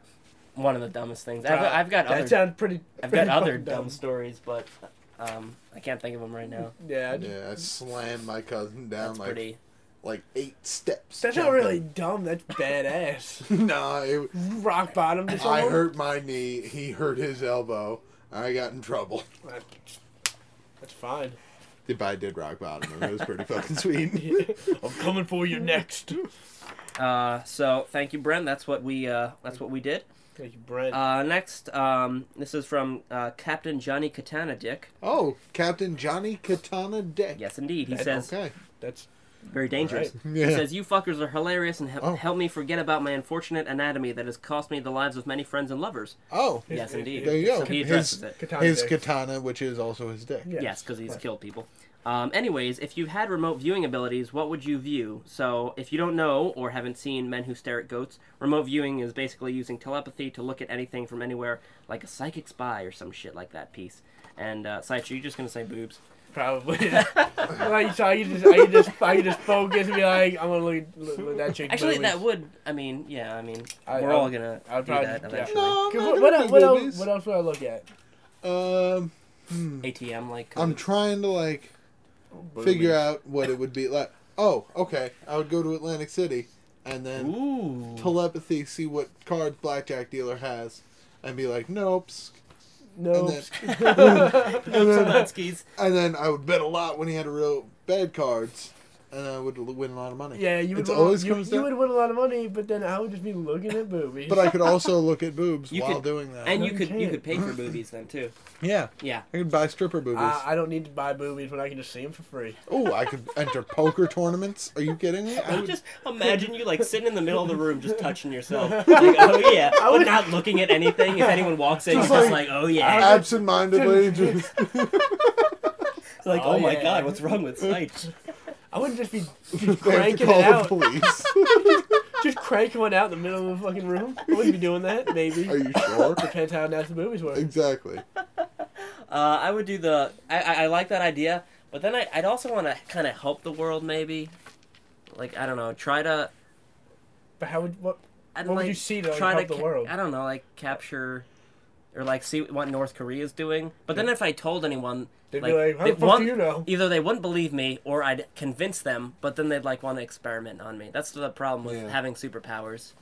Speaker 1: one of the dumbest things. I've,
Speaker 3: Wow.
Speaker 1: I've got
Speaker 3: that
Speaker 1: other,
Speaker 3: sounds pretty.
Speaker 1: I've
Speaker 3: pretty
Speaker 1: got other
Speaker 3: fucking
Speaker 1: dumb stories, but um, I can't think of them right now.
Speaker 3: Yeah,
Speaker 2: Yeah, I slammed my cousin down
Speaker 1: That's
Speaker 2: like
Speaker 1: pretty.
Speaker 2: like eight steps.
Speaker 3: that's not really dumb. That's badass.
Speaker 2: no, it,
Speaker 3: Rock bottom. To
Speaker 2: I
Speaker 3: someone?
Speaker 2: hurt my knee. He hurt his elbow. I got in trouble.
Speaker 3: That's fine.
Speaker 2: If I did rock bottom, and it was pretty fucking sweet.
Speaker 3: I'm coming for you next.
Speaker 1: Uh, so thank you, Brent. That's what we uh, that's what we did.
Speaker 3: Thank you, Brent.
Speaker 1: Uh, next, um, this is from uh, Captain Johnny Katana Dick.
Speaker 2: Oh, Captain Johnny Katana Dick.
Speaker 1: Yes, indeed. He
Speaker 3: Okay.
Speaker 1: says
Speaker 2: Okay.
Speaker 3: that's
Speaker 1: very dangerous. He
Speaker 2: Yeah.
Speaker 1: says you fuckers are hilarious and he-
Speaker 2: Oh.
Speaker 1: help me forget about my unfortunate anatomy that has cost me the lives of many friends and lovers.
Speaker 2: oh,
Speaker 1: Yes, indeed.
Speaker 2: there you go.
Speaker 1: So he
Speaker 2: his
Speaker 1: addresses it.
Speaker 3: Katana
Speaker 2: his
Speaker 3: Dick.
Speaker 2: katana, which is also his dick.
Speaker 3: Yeah.
Speaker 1: Yes, because he's killed people. Um, anyways, if you had remote viewing abilities, what would you view? So, if you don't know or haven't seen Men Who Stare at Goats, remote viewing is basically using telepathy to look at anything from anywhere, like a psychic spy or some shit like that piece. And, uh, Saichi, you're just going to say boobs.
Speaker 3: probably. like, so I could just, I could just, I could just focus and be like, I'm gonna look, look, look at that chick.
Speaker 1: Actually,
Speaker 3: movies.
Speaker 1: that would, I mean, yeah, I mean,
Speaker 3: I-
Speaker 1: we're
Speaker 3: I-
Speaker 1: all going to
Speaker 3: I'd
Speaker 1: do
Speaker 3: probably-
Speaker 1: that
Speaker 3: yeah.
Speaker 1: eventually.
Speaker 2: No,
Speaker 3: Okay,
Speaker 2: I'm
Speaker 3: What,
Speaker 2: not
Speaker 3: what,
Speaker 2: gonna
Speaker 3: el-
Speaker 2: do
Speaker 3: what, el-
Speaker 2: movies.
Speaker 3: what else would I look at?
Speaker 2: Um,
Speaker 1: ATM, like,
Speaker 2: I'm trying to like figure out what it would be like. Oh, okay. I would go to Atlantic City and then
Speaker 1: Ooh.
Speaker 2: telepathy, see what cards blackjack dealer has, and be like, nope.
Speaker 3: No.
Speaker 2: And
Speaker 1: Some Lanskys.
Speaker 2: And then I would bet a lot when he had real bad cards, and I would l- win a lot of money.
Speaker 3: Yeah, you would.
Speaker 2: It's
Speaker 3: Win,
Speaker 2: always
Speaker 3: you,
Speaker 2: comes
Speaker 3: you
Speaker 2: down-
Speaker 3: would win a lot of money, but then I would just be looking at boobies.
Speaker 2: But I could also look at boobs
Speaker 1: You
Speaker 2: while
Speaker 1: could-
Speaker 2: doing that.
Speaker 1: And you could, you
Speaker 3: Okay.
Speaker 1: could pay for boobies then, too.
Speaker 2: yeah,
Speaker 1: Yeah.
Speaker 2: I could buy stripper boobies.
Speaker 1: Uh,
Speaker 3: I, I don't need to buy boobies when I can just see them for free.
Speaker 2: oh, I could enter poker tournaments. Are you kidding me? I
Speaker 1: I
Speaker 2: would,
Speaker 1: just imagine you like sitting in the middle of the room, just touching yourself. Like, oh yeah, I would not looking at anything. If anyone walks in,
Speaker 2: Just
Speaker 1: you're just
Speaker 2: like-
Speaker 1: like, oh yeah,
Speaker 2: absentmindedly just
Speaker 1: It's like
Speaker 3: Oh,
Speaker 1: oh, my
Speaker 3: yeah.
Speaker 1: god, what's wrong with Sight?
Speaker 3: I wouldn't just be
Speaker 2: they have to
Speaker 3: cranking
Speaker 2: call
Speaker 3: it
Speaker 2: the
Speaker 3: out.
Speaker 2: police.
Speaker 3: Just crank one out in the middle of the fucking room. I wouldn't be doing that, maybe.
Speaker 2: Are you sure?
Speaker 3: Depends how nasty the movies were.
Speaker 2: exactly.
Speaker 1: Uh, I would do the. I, I, I like that idea, but then I, I'd also want to kind of help the world, maybe. Like I don't know, try to.
Speaker 3: But how would what?
Speaker 1: I'd
Speaker 3: What would
Speaker 1: like,
Speaker 3: you see to, like,
Speaker 1: try
Speaker 3: help
Speaker 1: to
Speaker 3: the
Speaker 1: ca-
Speaker 3: world?
Speaker 1: I don't know, like capture, or like see what North Korea's doing. But then if I told anyone,
Speaker 3: They'd
Speaker 1: like,
Speaker 3: be like, how
Speaker 1: they
Speaker 3: the fuck
Speaker 1: want-
Speaker 3: do you know?
Speaker 1: either they wouldn't believe me or I'd convince them, but then they'd like want to experiment on me. That's the problem with
Speaker 2: Yeah.
Speaker 1: having superpowers.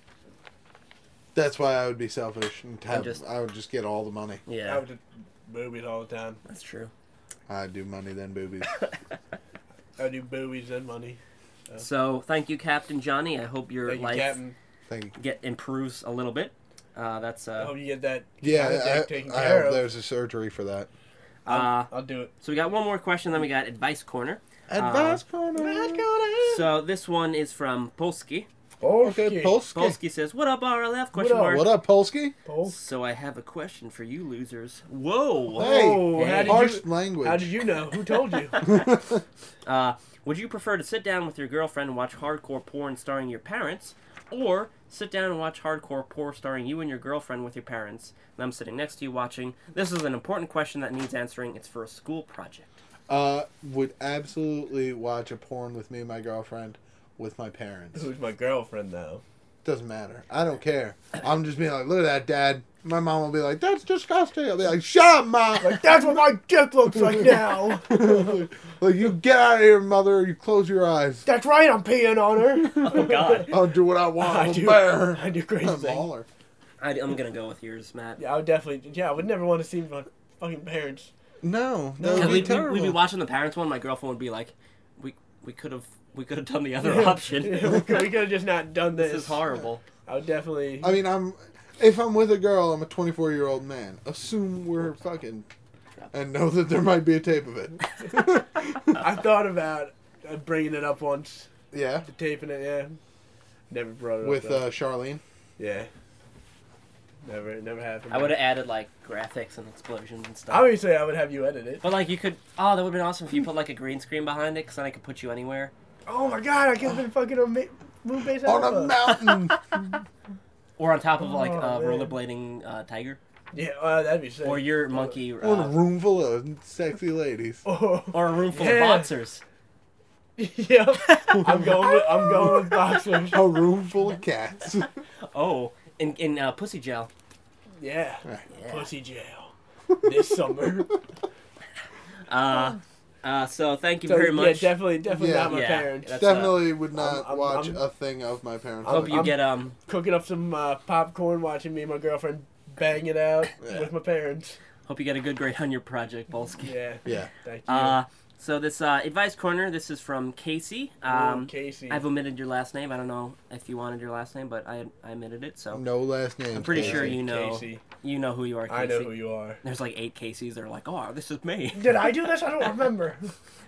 Speaker 2: That's why I would be selfish and have,
Speaker 1: just-
Speaker 2: I would just get all the money.
Speaker 3: I
Speaker 1: Yeah,
Speaker 3: would just boobies all the time.
Speaker 1: that's true.
Speaker 2: I do money then boobies.
Speaker 3: I would do boobies and money.
Speaker 1: So thank you, Captain Johnny. I hope your
Speaker 3: Thank you,
Speaker 1: life
Speaker 3: Captain.
Speaker 2: Thank you.
Speaker 1: get improves a little bit. Uh, that's
Speaker 3: I
Speaker 1: uh,
Speaker 3: hope you get that.
Speaker 2: Yeah,
Speaker 3: contact
Speaker 2: I,
Speaker 3: taken
Speaker 2: I
Speaker 3: care
Speaker 2: hope
Speaker 3: of.
Speaker 2: there's a surgery for that.
Speaker 1: uh,
Speaker 3: I'll do it.
Speaker 1: so we got one more question. Then we got advice corner.
Speaker 2: Advice corner.
Speaker 1: So this one is from Polsky.
Speaker 2: Okay, Polsky.
Speaker 1: Polsky says, "What up, RLF?" Question
Speaker 3: up?
Speaker 1: mark.
Speaker 2: What up, Polsky?
Speaker 3: Polsky.
Speaker 1: So I have a question for you losers. Whoa.
Speaker 2: Hey,
Speaker 3: Oh,
Speaker 1: hey.
Speaker 3: how did
Speaker 2: Harsh
Speaker 3: you?
Speaker 2: language.
Speaker 3: How did you know? Who told you?
Speaker 1: Uh, would you prefer to sit down with your girlfriend and watch hardcore porn starring your parents, or sit down and watch hardcore porn starring you and your girlfriend with your parents? And I'm sitting next to you watching. This is an important question that needs answering. It's for a school project.
Speaker 2: Uh, would absolutely watch a porn with me and my girlfriend with my parents.
Speaker 3: Who's my girlfriend though?
Speaker 2: Doesn't matter. I don't care. I'm just being like, look at that, dad. My mom will be like, that's disgusting. I'll be like, shut up, mom.
Speaker 3: Like that's what my dick looks like now.
Speaker 2: like, you get out of here, mother. or You close your eyes.
Speaker 3: That's right, I'm peeing on her.
Speaker 1: Oh, God.
Speaker 2: I'll do what I want.
Speaker 3: I
Speaker 2: I'm a Oh,
Speaker 3: do.
Speaker 2: bear.
Speaker 3: I do crazy
Speaker 2: I'm a
Speaker 3: things.
Speaker 2: baller.
Speaker 1: I, am going to go with yours, Matt.
Speaker 3: Yeah, I would definitely. Yeah, I would never want to see my fucking parents.
Speaker 2: No, that
Speaker 3: No.
Speaker 2: would
Speaker 1: And
Speaker 2: be
Speaker 1: we'd, be,
Speaker 2: terrible.
Speaker 1: we'd be watching the parents one. My girlfriend would be like, "We we could have we could have done the other option.
Speaker 3: we could have just not done this.
Speaker 1: This is horrible."
Speaker 3: I would definitely.
Speaker 2: I mean, I'm if I'm with a girl, I'm a 24 year old man. Assume we're fucking, and know that there might be a tape of it.
Speaker 3: I thought about uh, bringing it up once,
Speaker 2: Yeah,
Speaker 3: taping it. Yeah, never brought it
Speaker 2: with
Speaker 3: up. though.
Speaker 2: uh, Charlene.
Speaker 3: yeah, never, it never happened.
Speaker 1: I would have added like graphics and explosions and stuff.
Speaker 3: Obviously, I would have you edit it.
Speaker 1: But like you could, oh, that would have been awesome if you put like a green screen behind it, because then I could put you anywhere.
Speaker 3: Oh my god, I could have been fucking on ma- moon base
Speaker 2: On a
Speaker 3: Alpha.
Speaker 2: mountain.
Speaker 1: Or on top of like
Speaker 3: Oh,
Speaker 1: a uh,
Speaker 3: man.
Speaker 1: rollerblading uh, tiger,
Speaker 3: Yeah, uh, that'd be sick.
Speaker 1: or your monkey, uh,
Speaker 2: on a room full of sexy ladies.
Speaker 3: Oh,
Speaker 1: or a room full
Speaker 3: Yeah.
Speaker 1: of boxers.
Speaker 3: yep. I'm going. With, I'm going with boxers.
Speaker 2: A room full of cats.
Speaker 1: Oh, in in uh, pussy gel.
Speaker 3: Yeah.
Speaker 1: Yeah.
Speaker 3: Pussy jail. This summer.
Speaker 1: Uh, uh, so thank you
Speaker 3: So,
Speaker 1: very
Speaker 3: yeah,
Speaker 1: much.
Speaker 3: definitely, definitely
Speaker 2: Yeah.
Speaker 3: not my
Speaker 1: Yeah.
Speaker 3: parents.
Speaker 1: That's-
Speaker 2: Definitely would not
Speaker 3: uh, I'm- I'm-
Speaker 2: watch
Speaker 3: I'm-
Speaker 2: a thing of my parents.
Speaker 1: I hope you
Speaker 3: I'm-
Speaker 1: get um.
Speaker 3: Cooking up some uh, popcorn, watching me and my girlfriend bang it out
Speaker 2: Yeah.
Speaker 3: with my parents.
Speaker 1: Hope you get a good grade on your project, Bolsky.
Speaker 3: Yeah.
Speaker 2: Yeah.
Speaker 3: Thank you.
Speaker 1: Uh, so this uh, advice corner. This is from Casey.
Speaker 3: Oh,
Speaker 1: Um,
Speaker 3: Casey.
Speaker 1: I've omitted your last name. I don't know if you wanted your last name, but I I omitted it. So
Speaker 2: No last name.
Speaker 1: I'm pretty
Speaker 2: Casey.
Speaker 1: sure you know
Speaker 3: Casey.
Speaker 1: you know who you are. Casey.
Speaker 3: Mm. I know who you are.
Speaker 1: There's like eight Caseys. They're like, oh, this is me.
Speaker 3: Did I do this? I don't remember.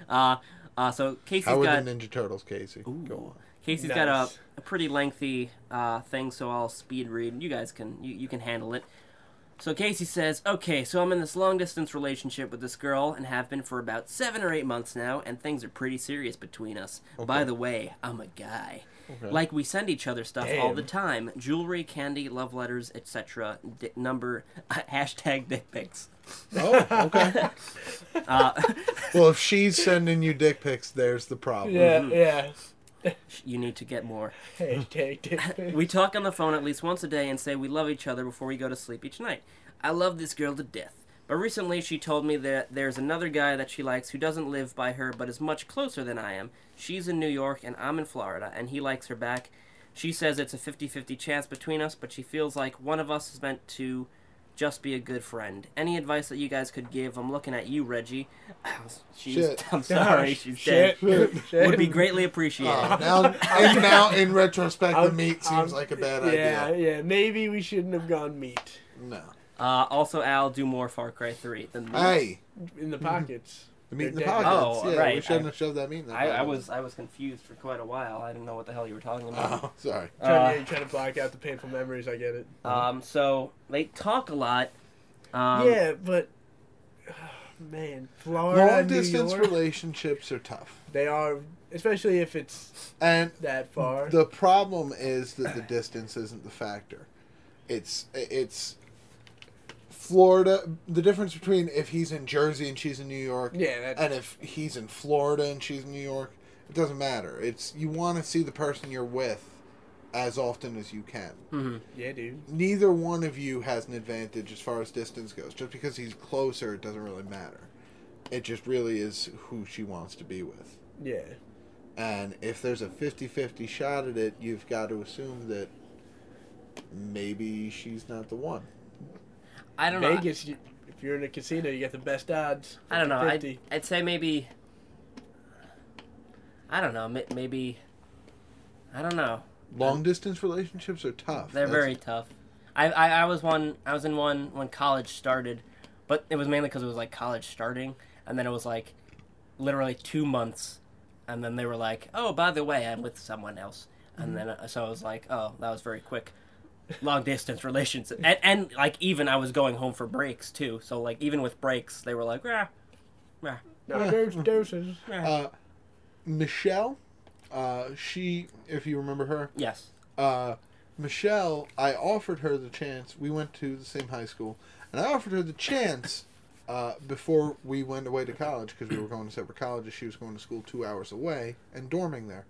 Speaker 1: Uh, uh, so Casey's
Speaker 2: How
Speaker 1: got
Speaker 2: are the Ninja Turtles, Casey?
Speaker 1: Ooh.
Speaker 2: Go on.
Speaker 1: Casey's got a,
Speaker 3: Nice.
Speaker 1: a pretty lengthy uh, thing, so I'll speed read. You guys can you, you can handle it. So Casey says, "Okay, so I'm in this long distance relationship with this girl and have been for about seven or eight months now, and things are pretty serious between us. By the way, I'm a guy.
Speaker 2: Okay.
Speaker 1: Like we send each other stuff all
Speaker 3: Damn.
Speaker 1: the time: jewelry, candy, love letters, etc. D- number hashtag dick pics.
Speaker 2: Oh, okay.
Speaker 1: Uh,
Speaker 2: well, if she's sending you dick pics, there's the problem.
Speaker 3: Yeah,
Speaker 1: Mm-hmm.
Speaker 3: yeah.
Speaker 1: you need to get more."
Speaker 3: Hey, take it.
Speaker 1: We talk on the phone at least once a day and say we love each other before we go to sleep each night. I love this girl to death. But recently she told me that there's another guy that she likes who doesn't live by her but is much closer than I am. She's in New York and I'm in Florida and he likes her back. She says it's a 50 50 chance between us, but she feels like one of us is meant to just be a good friend. Any advice that you guys could give? I'm looking at you, Reggie. She's,
Speaker 2: Shit.
Speaker 1: I'm sorry, she's
Speaker 3: Shit.
Speaker 1: dead.
Speaker 3: Shit.
Speaker 1: Would be greatly appreciated.
Speaker 2: Oh, now, and now, in retrospect, the
Speaker 3: I'm-
Speaker 2: meat seems
Speaker 3: I'm-
Speaker 2: like a bad
Speaker 3: yeah,
Speaker 2: idea.
Speaker 3: Yeah, Maybe we shouldn't have gone meat
Speaker 2: No.
Speaker 1: Uh, also, Al, do more Far Cry 3 than me.
Speaker 2: Hey,
Speaker 3: in
Speaker 1: Mm-hmm.
Speaker 3: the pockets.
Speaker 2: the meat in the
Speaker 3: They're dead.
Speaker 2: pockets.
Speaker 1: Oh,
Speaker 2: yeah, we
Speaker 1: right.
Speaker 2: shouldn't
Speaker 1: I-
Speaker 2: have shoved that meat in the
Speaker 1: I, I
Speaker 2: pockets.
Speaker 1: was I was confused for quite a while. I didn't know what the hell you were talking about.
Speaker 2: Oh, sorry.
Speaker 1: Uh,
Speaker 3: Trying, to, trying to block out the painful memories. I get it.
Speaker 1: Um, so they talk a lot. Um,
Speaker 3: yeah, but man, Florida,
Speaker 2: Long
Speaker 3: New
Speaker 2: distance
Speaker 3: York,
Speaker 2: relationships are tough.
Speaker 3: they are, especially if it's
Speaker 2: And
Speaker 3: that far.
Speaker 2: the problem is that the distance isn't the factor. It's it's Florida. The difference between if he's in Jersey and she's in New York,
Speaker 3: yeah, that's,
Speaker 2: and if he's in Florida and she's in New York, it doesn't matter. It's you want to see the person you're with as often as you can.
Speaker 1: mhm.
Speaker 3: yeah, dude.
Speaker 2: Neither one of you has an advantage as far as distance goes. Just because he's closer, it doesn't really matter. It just really is who she wants to be with.
Speaker 3: Yeah,
Speaker 2: And if there's a 50 50 shot at it, you've got to assume that maybe she's not the one.
Speaker 1: I don't know.
Speaker 3: Vegas. You, if you're in a casino, you get the best odds.
Speaker 1: I, I don't know.
Speaker 3: 50.
Speaker 1: I'd, I'd say maybe I don't know. ma- Maybe I don't know.
Speaker 2: Long distance relationships are tough.
Speaker 1: They're very tough. I, I I was one. I was in one when college started, but it was mainly because it was like college starting, and then it was like literally two months, and then they were like, "Oh, by the way, I'm with someone else,"
Speaker 3: Mm-hmm.
Speaker 1: and then uh, so I was like, "Oh, that was very quick." Long distance relations, and, and like even I was going home for breaks too. So like even with breaks, they were like, "Rah, rah,
Speaker 3: No, deuce, deuces.
Speaker 1: rah."
Speaker 2: Uh, Michelle, uh, she, if you remember her,
Speaker 1: yes,
Speaker 2: uh, Michelle, I offered her the chance. We went to the same high school, and I offered her the chance uh, before we went away to college because we were going to separate colleges. She was going to school two hours away and dorming there.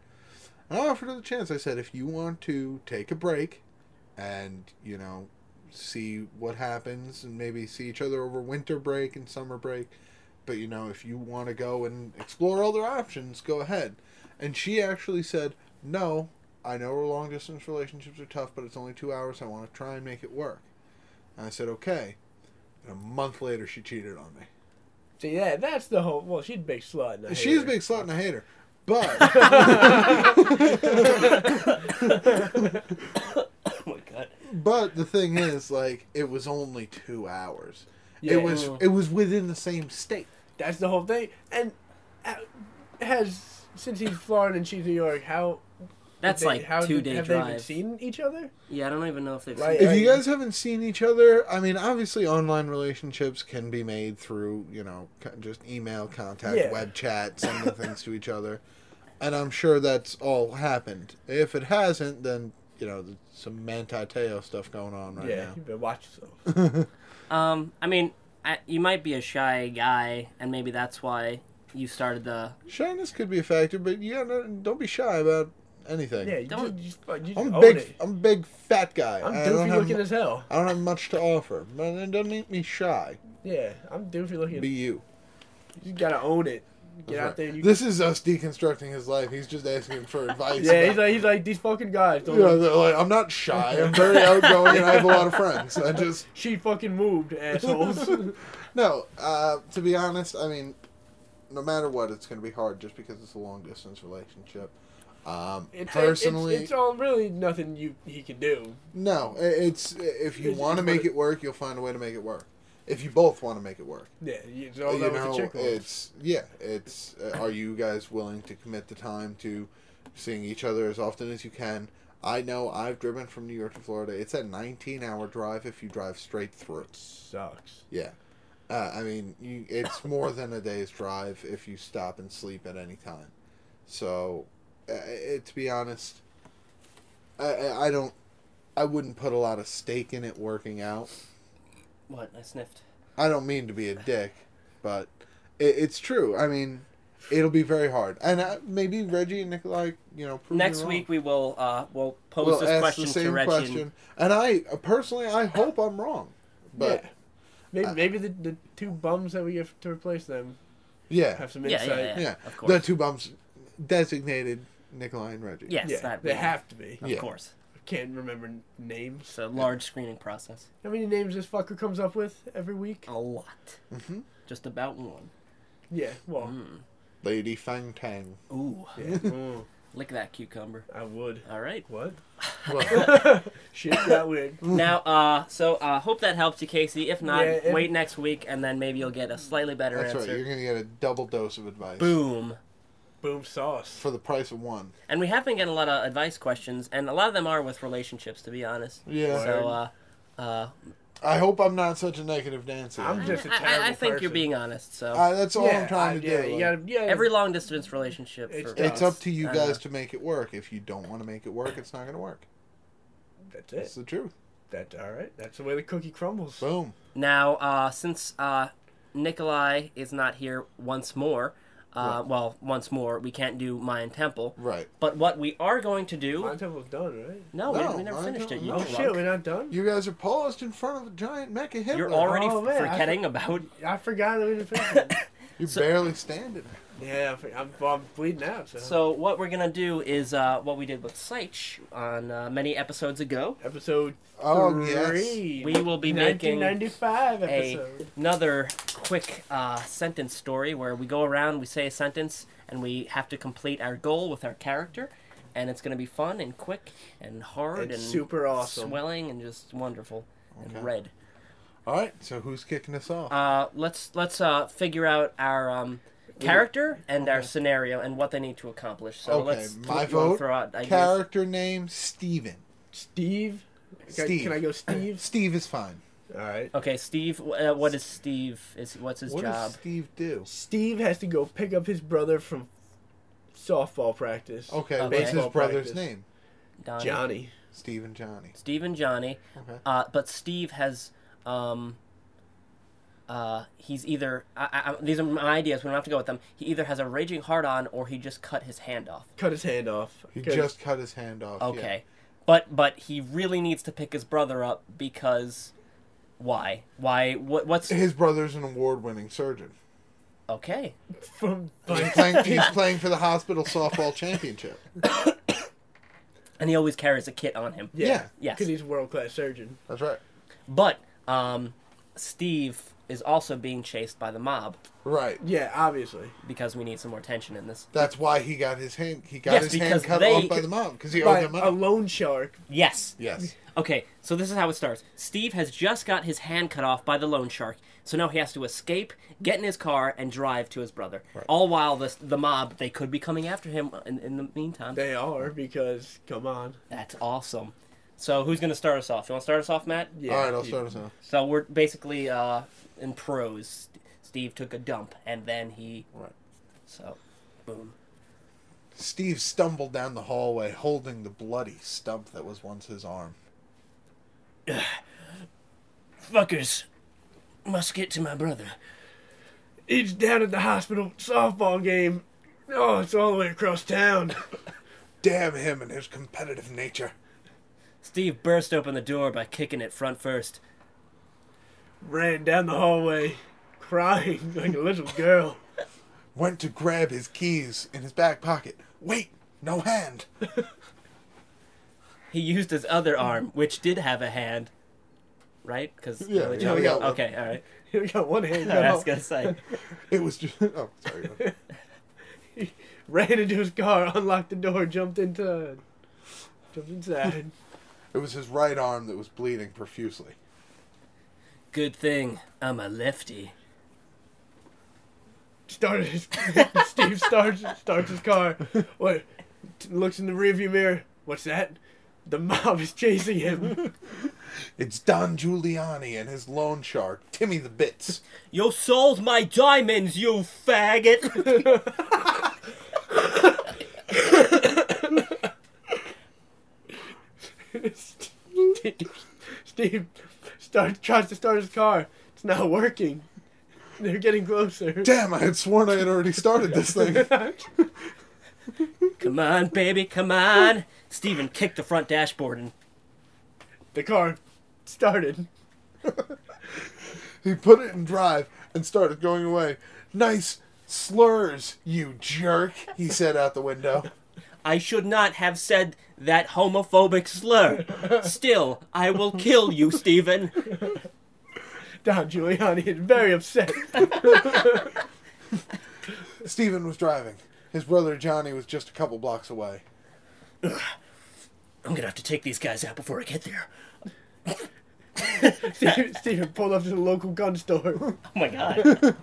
Speaker 2: And I offered her the chance. I said, if you want to take a break and, you know, see what happens and maybe see each other over winter break and summer break, but, you know, if you want to go and explore other options, go ahead. And she actually said, no, I know long distance relationships are tough, but it's only two hours. I want to try and make it work. And I said, okay. And a month later, she cheated on me.
Speaker 3: See that? That's the whole. Well, she's a big slut. and I hate
Speaker 2: She's a
Speaker 3: her.
Speaker 2: big slut and I hate her. But.
Speaker 1: oh my god,
Speaker 2: but the thing is, like, it was only two hours.
Speaker 3: Yeah,
Speaker 2: it was it was within the same state.
Speaker 3: That's the whole thing. And uh, has since he's Florida and she's New York, how
Speaker 1: that's
Speaker 3: they-
Speaker 1: like
Speaker 3: how
Speaker 1: two
Speaker 3: did-
Speaker 1: day
Speaker 3: have they even
Speaker 1: drive.
Speaker 3: seen each other?
Speaker 1: yeah, I don't even know if they've
Speaker 3: Right.
Speaker 1: seen.
Speaker 2: If you guys haven't seen each other, I mean, obviously, online relationships can be made through, you know, co- just email contact,
Speaker 3: Yeah.
Speaker 2: web chat, sending things to each other, and I'm sure that's all happened. If it hasn't, then you know, there's some Manti Teo stuff going on right
Speaker 3: yeah,
Speaker 2: now.
Speaker 3: you better watch yourself.
Speaker 1: Um, I mean, I, you might be a shy guy, and maybe that's why you started the.
Speaker 2: Shyness could be a factor, but yeah, no, don't be shy about anything.
Speaker 3: Yeah, you
Speaker 1: Don't-
Speaker 3: don't. Just, you just
Speaker 2: I'm
Speaker 3: own
Speaker 2: big.
Speaker 3: it.
Speaker 2: I'm a big fat guy.
Speaker 3: I'm
Speaker 2: I don't
Speaker 3: doofy
Speaker 2: have
Speaker 3: looking
Speaker 2: mu-
Speaker 3: as hell.
Speaker 2: I don't have much to offer, but it doesn't make me shy.
Speaker 3: Yeah, I'm doofy looking.
Speaker 2: Be you.
Speaker 3: You gotta own it. Get
Speaker 2: That's
Speaker 3: out
Speaker 2: right.
Speaker 3: there. And you,
Speaker 2: This is us deconstructing his life. He's just asking for advice.
Speaker 3: yeah, he's
Speaker 2: about-
Speaker 3: like he's like these fucking guys. Don't
Speaker 2: You know, they're like, I'm not shy. I'm very outgoing, and I have a lot of friends. I just
Speaker 3: she fucking moved, assholes.
Speaker 2: no. Uh, to be honest, I mean, no matter what, it's going to be hard just because it's a long distance relationship. Um,
Speaker 3: it's,
Speaker 2: personally,
Speaker 3: it's, it's all really nothing you he can do.
Speaker 2: no. i- It's if you
Speaker 3: It's-
Speaker 2: want to
Speaker 3: it's
Speaker 2: make
Speaker 3: what-
Speaker 2: it work, you'll find a way to make it work. If you both want to make it work,
Speaker 3: Yeah, it's all
Speaker 2: you
Speaker 3: about what the
Speaker 2: know,
Speaker 3: chick wants.
Speaker 2: it's yeah. It's uh, are you guys willing to commit the time to seeing each other as often as you can? I know I've driven from New York to Florida. It's a 19-hour drive if you drive straight through.
Speaker 3: Sucks.
Speaker 2: Yeah. Uh, I mean, you, it's more than a day's drive if you stop and sleep at any time. So, uh, it, to be honest, I, I I don't. I wouldn't put a lot of stake in it working out.
Speaker 1: What I sniffed.
Speaker 2: I don't mean to be a dick, but it, it's true. I mean, it'll be very hard. And uh, maybe Reggie and Nikolai, you know, prove me
Speaker 1: Next
Speaker 2: wrong.
Speaker 1: week we will uh we'll pose
Speaker 2: we'll
Speaker 1: this
Speaker 2: ask
Speaker 1: question
Speaker 2: the same
Speaker 1: to Reggie.
Speaker 2: question. And I uh, personally, I hope I'm wrong, but
Speaker 3: yeah. Maybe,
Speaker 2: I-
Speaker 3: maybe the, the two bums that we get to replace them
Speaker 2: yeah,
Speaker 3: have some
Speaker 1: And, yeah,
Speaker 3: insight.
Speaker 1: yeah, yeah,
Speaker 2: Yeah,
Speaker 1: Of
Speaker 2: the
Speaker 1: course.
Speaker 2: two bumps designated Nikolai and Reggie.
Speaker 1: yes,
Speaker 3: Yeah,
Speaker 1: that
Speaker 3: they
Speaker 1: we-
Speaker 3: have to be.
Speaker 1: Of
Speaker 2: Yeah.
Speaker 1: course.
Speaker 3: I can't remember n- names.
Speaker 1: It's a large screening process.
Speaker 3: How many names this fucker comes up with every week?
Speaker 1: A lot.
Speaker 2: Mhm.
Speaker 1: Just about one.
Speaker 3: Yeah, well,
Speaker 1: Mm.
Speaker 2: Lady Fang Tang.
Speaker 1: Ooh,
Speaker 3: yeah. mm,
Speaker 1: lick that cucumber.
Speaker 3: I would.
Speaker 1: All right.
Speaker 3: What?
Speaker 2: Well,
Speaker 3: Shit got weird.
Speaker 2: Mm.
Speaker 1: Now, uh, so uh, hope that helps you, Casey. If not,
Speaker 3: Yeah, if-
Speaker 1: wait next week, and then maybe you'll get a slightly better
Speaker 2: that's right.
Speaker 1: answer.
Speaker 2: You're gonna get a double dose of advice
Speaker 1: Boom.
Speaker 3: Boom sauce.
Speaker 2: for the price of one.
Speaker 1: And we have been getting a lot of advice questions, and a lot of them are with relationships, to be honest.
Speaker 2: Yeah.
Speaker 1: So, uh, uh,
Speaker 2: I hope I'm not such a negative Nancy.
Speaker 3: I'm just a
Speaker 1: I- I,
Speaker 3: terrible
Speaker 1: I think you're
Speaker 3: person.
Speaker 1: being honest. So
Speaker 2: Uh, that's all
Speaker 3: yeah,
Speaker 2: I'm trying to
Speaker 3: I- yeah,
Speaker 2: do.
Speaker 3: You
Speaker 2: like,
Speaker 3: gotta, yeah,
Speaker 1: every long distance relationship.
Speaker 3: It's
Speaker 1: for Uh,
Speaker 2: it's
Speaker 1: us,
Speaker 2: up to you
Speaker 1: I
Speaker 2: guys
Speaker 1: know.
Speaker 2: to make it work. If you don't want to make it work, it's not gonna work.
Speaker 3: That's
Speaker 2: That's
Speaker 3: it.
Speaker 2: the truth.
Speaker 3: That's all right. That's the way the cookie crumbles.
Speaker 2: Boom.
Speaker 1: Now, uh, since uh, Nikolai is not here once more, uh, well, once more, we can't do Mayan Temple.
Speaker 2: Right.
Speaker 1: But what we are going to do?
Speaker 3: Mine temple's done, right?
Speaker 1: No,
Speaker 2: No,
Speaker 1: we, we never
Speaker 2: Mayan
Speaker 1: finished it.
Speaker 2: Temple,
Speaker 1: You
Speaker 2: no.
Speaker 3: Oh
Speaker 1: drunk.
Speaker 3: shit, we're not done.
Speaker 2: You guys are paused in front of a giant mecha Hitler.
Speaker 1: You're already
Speaker 3: Oh, man, I-
Speaker 1: forgetting about.
Speaker 3: I forgot that we didn't finish it.
Speaker 2: You're barely standing.
Speaker 3: Yeah, I'm, I'm bleeding out. So,
Speaker 1: So what we're gonna do is uh, what we did with Seich on uh, many episodes ago.
Speaker 3: episode
Speaker 2: Oh, yes.
Speaker 3: three.
Speaker 1: We will be making
Speaker 3: 1995 episode.
Speaker 1: another quick uh, sentence story where we go around, we say a sentence, and we have to complete our goal with our character. And it's gonna be fun and quick and hard
Speaker 3: It's
Speaker 1: and
Speaker 3: super awesome.
Speaker 1: swelling and just wonderful
Speaker 2: Okay.
Speaker 1: and red.
Speaker 2: All right, so who's kicking us off?
Speaker 1: Uh, let's let's uh, figure out our um, character and our
Speaker 2: Okay.
Speaker 1: scenario and what they need to accomplish. So
Speaker 2: Okay,
Speaker 1: let's uh, you
Speaker 2: my
Speaker 1: wanna
Speaker 2: vote,
Speaker 1: throw out ideas?
Speaker 2: Character name Steven.
Speaker 3: Steve. Can,
Speaker 2: Steve.
Speaker 3: can I go Steve?
Speaker 2: Steve is fine.
Speaker 3: All right.
Speaker 1: Okay, Steve. Uh, what is Steve? Is what's his
Speaker 2: What
Speaker 1: job?
Speaker 2: does Steve do?
Speaker 3: Steve has to go pick up his brother from softball practice.
Speaker 2: Okay,
Speaker 1: Uh,
Speaker 2: what's his
Speaker 3: baseball
Speaker 2: brother's
Speaker 3: practice.
Speaker 2: name?
Speaker 1: Donnie.
Speaker 3: Johnny.
Speaker 2: Steve and Johnny.
Speaker 1: Steve and Johnny.
Speaker 2: Okay.
Speaker 1: Uh, but Steve has. Um, uh, he's either. I, I, these are my ideas. We don't have to go with them. He either has a raging hard on, or he just cut his hand off.
Speaker 3: Cut his hand off.
Speaker 2: He
Speaker 3: 'Cause-
Speaker 2: just cut his hand off. yeah.
Speaker 1: Okay, but but he really needs to pick his brother up because. Why? Why? What? What's
Speaker 2: His brother's an award-winning surgeon.
Speaker 1: okay?
Speaker 3: from
Speaker 2: He's
Speaker 3: like,
Speaker 2: playing, he's playing for the hospital softball championship.
Speaker 1: And he always carries a kit on him.
Speaker 3: yeah,
Speaker 1: Yes.
Speaker 3: because he's a world class surgeon.
Speaker 2: That's right.
Speaker 1: But um, Steve is also being chased by the mob
Speaker 2: Right.
Speaker 3: Yeah, obviously.
Speaker 1: because we need some more tension in this.
Speaker 2: That's why he got his hand. He got
Speaker 1: Yes,
Speaker 2: his hand
Speaker 1: because
Speaker 2: cut
Speaker 1: they- oh,
Speaker 2: off by the mob because he
Speaker 3: By
Speaker 2: owed them
Speaker 3: a
Speaker 2: money.
Speaker 3: loan shark.
Speaker 1: Yes.
Speaker 2: Yes.
Speaker 1: Okay, so this is how it starts. Steve has just got his hand cut off by the loan shark, so now he has to escape, get in his car, and drive to his brother. All while the the mob they could be coming after him in, in the meantime.
Speaker 3: They are because come on.
Speaker 1: That's awesome. So who's gonna start us off? You want to start us off, Matt?
Speaker 3: Yeah.
Speaker 2: All right, I'll start us off.
Speaker 1: So we're basically uh, in prose. Steve took a dump, and then he
Speaker 2: Right.
Speaker 1: so boom.
Speaker 2: Steve stumbled down the hallway holding the bloody stump that was once his arm.
Speaker 1: Fuckers, must get to my brother.
Speaker 3: He's down at the hospital softball game. Oh, it's all the way across town.
Speaker 2: Damn him and his competitive nature.
Speaker 1: Steve burst open the door by kicking it front first.
Speaker 3: Ran down the hallway, crying like a little girl.
Speaker 2: Went to grab his keys in his back pocket. Wait, no hand.
Speaker 1: He used his other arm, which did have a hand, right? Because
Speaker 2: Yeah, yeah, we got one.
Speaker 1: okay, all right.
Speaker 3: He got one hand.
Speaker 1: All right, I
Speaker 3: cut
Speaker 1: was
Speaker 3: off.
Speaker 1: gonna say
Speaker 2: It was just. Oh, sorry.
Speaker 3: Ran into his car, unlocked the door, jumped into, jumped inside.
Speaker 2: It was his right arm that was bleeding profusely.
Speaker 1: good thing I'm a lefty.
Speaker 3: started his Steve starts starts his car. What t- looks in the rearview mirror. What's that? The mob is chasing him.
Speaker 2: It's Don Giuliani and his loan shark, Timmy the Bits.
Speaker 1: You sold my diamonds, you faggot!
Speaker 3: Steve starts tries to start his car. It's not working. They're getting closer.
Speaker 2: Damn, I had sworn I had already started this thing.
Speaker 1: come on, baby, come on! Steven kicked the front dashboard and
Speaker 3: The car started.
Speaker 2: He put it in drive and started going away. Nice slurs, you jerk, he said out the window.
Speaker 1: I should not have said that homophobic slur. Still, I will kill you, Steven.
Speaker 3: Don Giuliani is very upset.
Speaker 2: Stephen was driving. His brother Johnny was just a couple blocks away.
Speaker 1: I'm gonna have to take these guys out before I get there.
Speaker 3: Steve, Steven pulled up to the local gun store.
Speaker 1: Oh my god.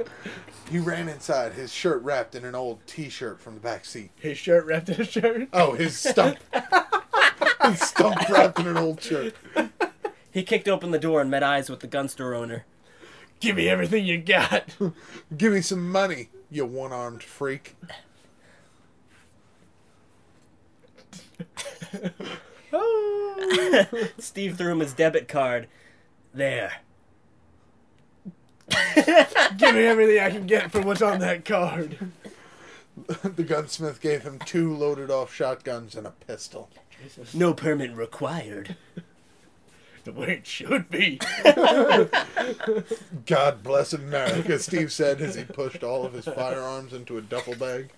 Speaker 2: He ran inside, his shirt wrapped in an old t shirt from the back seat.
Speaker 3: His shirt wrapped in a shirt.
Speaker 2: Oh, his stump. his stump wrapped in an old shirt.
Speaker 1: he kicked open the door and met eyes with the gun store owner.
Speaker 3: Give me everything you got.
Speaker 2: Give me some money, you one armed freak.
Speaker 3: Oh.
Speaker 1: Steve threw him his debit card. There.
Speaker 3: Give me everything I can get for what's on that card.
Speaker 2: The gunsmith gave him two loaded off shotguns and a pistol.
Speaker 1: No permit required.
Speaker 3: the way it should be.
Speaker 2: God bless America, Steve said as he pushed all of his firearms into a duffel bag.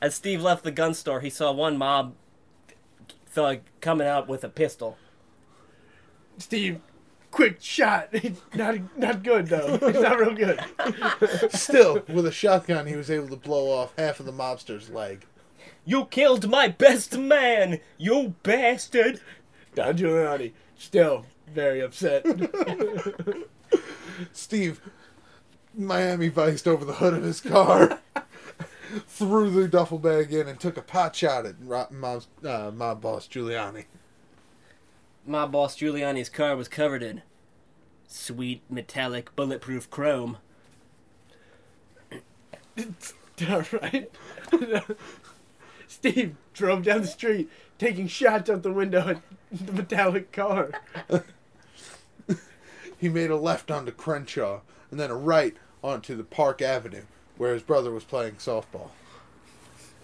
Speaker 1: As Steve left the gun store, he saw one mob thug coming out with a pistol.
Speaker 3: Steve, quick shot. not not good though. It's not real good.
Speaker 2: Still, with a shotgun, he was able to blow off half of the mobster's leg.
Speaker 1: You killed my best man, you bastard!
Speaker 3: Don Giuliani still very upset.
Speaker 2: Steve, Miami viced over the hood of his car, threw the duffel bag in, and took a pot shot at Ro- mob, uh, mob boss Giuliani.
Speaker 1: My boss Giuliani's car was covered in sweet, metallic, bulletproof chrome.
Speaker 3: All right. Steve drove down the street, taking shots out the window at the metallic car.
Speaker 2: He made a left onto Crenshaw, and then a right onto the Park Avenue, where his brother was playing softball.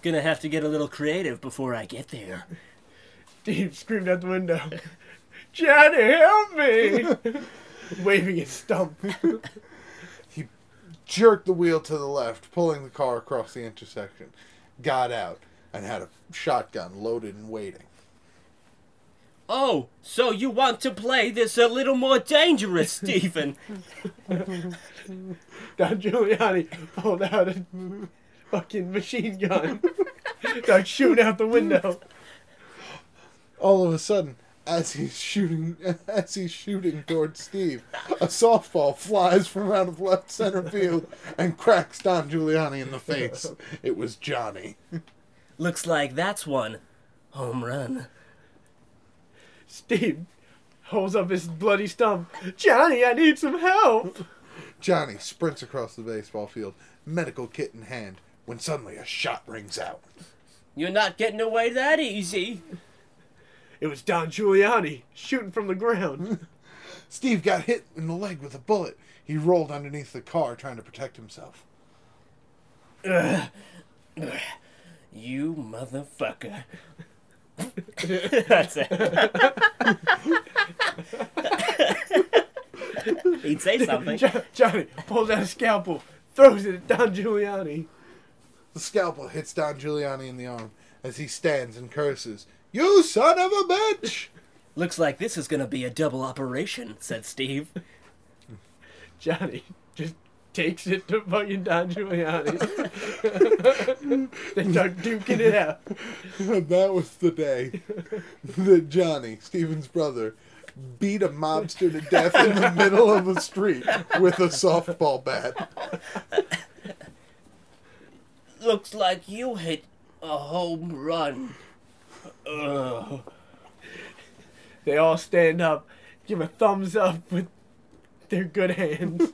Speaker 1: Gonna have to get a little creative before I get there.
Speaker 3: Steve screamed out the window, "Johnny, help me!" Waving his stump.
Speaker 2: Jerked the wheel to the left, pulling the car across the intersection, got out, and had a shotgun loaded and waiting.
Speaker 1: Oh, so you want to play this a little more dangerous, Stephen?
Speaker 3: Don Giuliani pulled out a fucking machine gun. Started shooting out the window.
Speaker 2: all of a sudden, as he's shooting, as he's shooting towards Steve, a softball flies from out of left center field and cracks Don Giuliani in the face. It was Johnny.
Speaker 1: Looks like that's one home run.
Speaker 3: Steve holds up his bloody stump. Johnny, I need some help.
Speaker 2: Johnny sprints across the baseball field, medical kit in hand, when suddenly a shot rings out.
Speaker 1: You're not getting away that easy.
Speaker 3: It was Don Giuliani shooting from the ground.
Speaker 2: Steve got hit in the leg with a bullet. He rolled underneath the car trying to protect himself.
Speaker 1: You motherfucker. That's it. He'd say something.
Speaker 3: Jo- Johnny pulls out a scalpel, throws it at Don Giuliani.
Speaker 2: The scalpel hits Don Giuliani in the arm as he stands and curses, You son of a bitch!
Speaker 1: Looks like this is gonna be a double operation, said Steve.
Speaker 3: Johnny just takes it to fucking Don Giuliani. they start duking it out.
Speaker 2: And that was the day that Johnny, Steven's brother, beat a mobster to death in the middle of the street with a softball bat.
Speaker 1: Looks like you hit a home run.
Speaker 3: They all stand up, give a thumbs up with their good hands.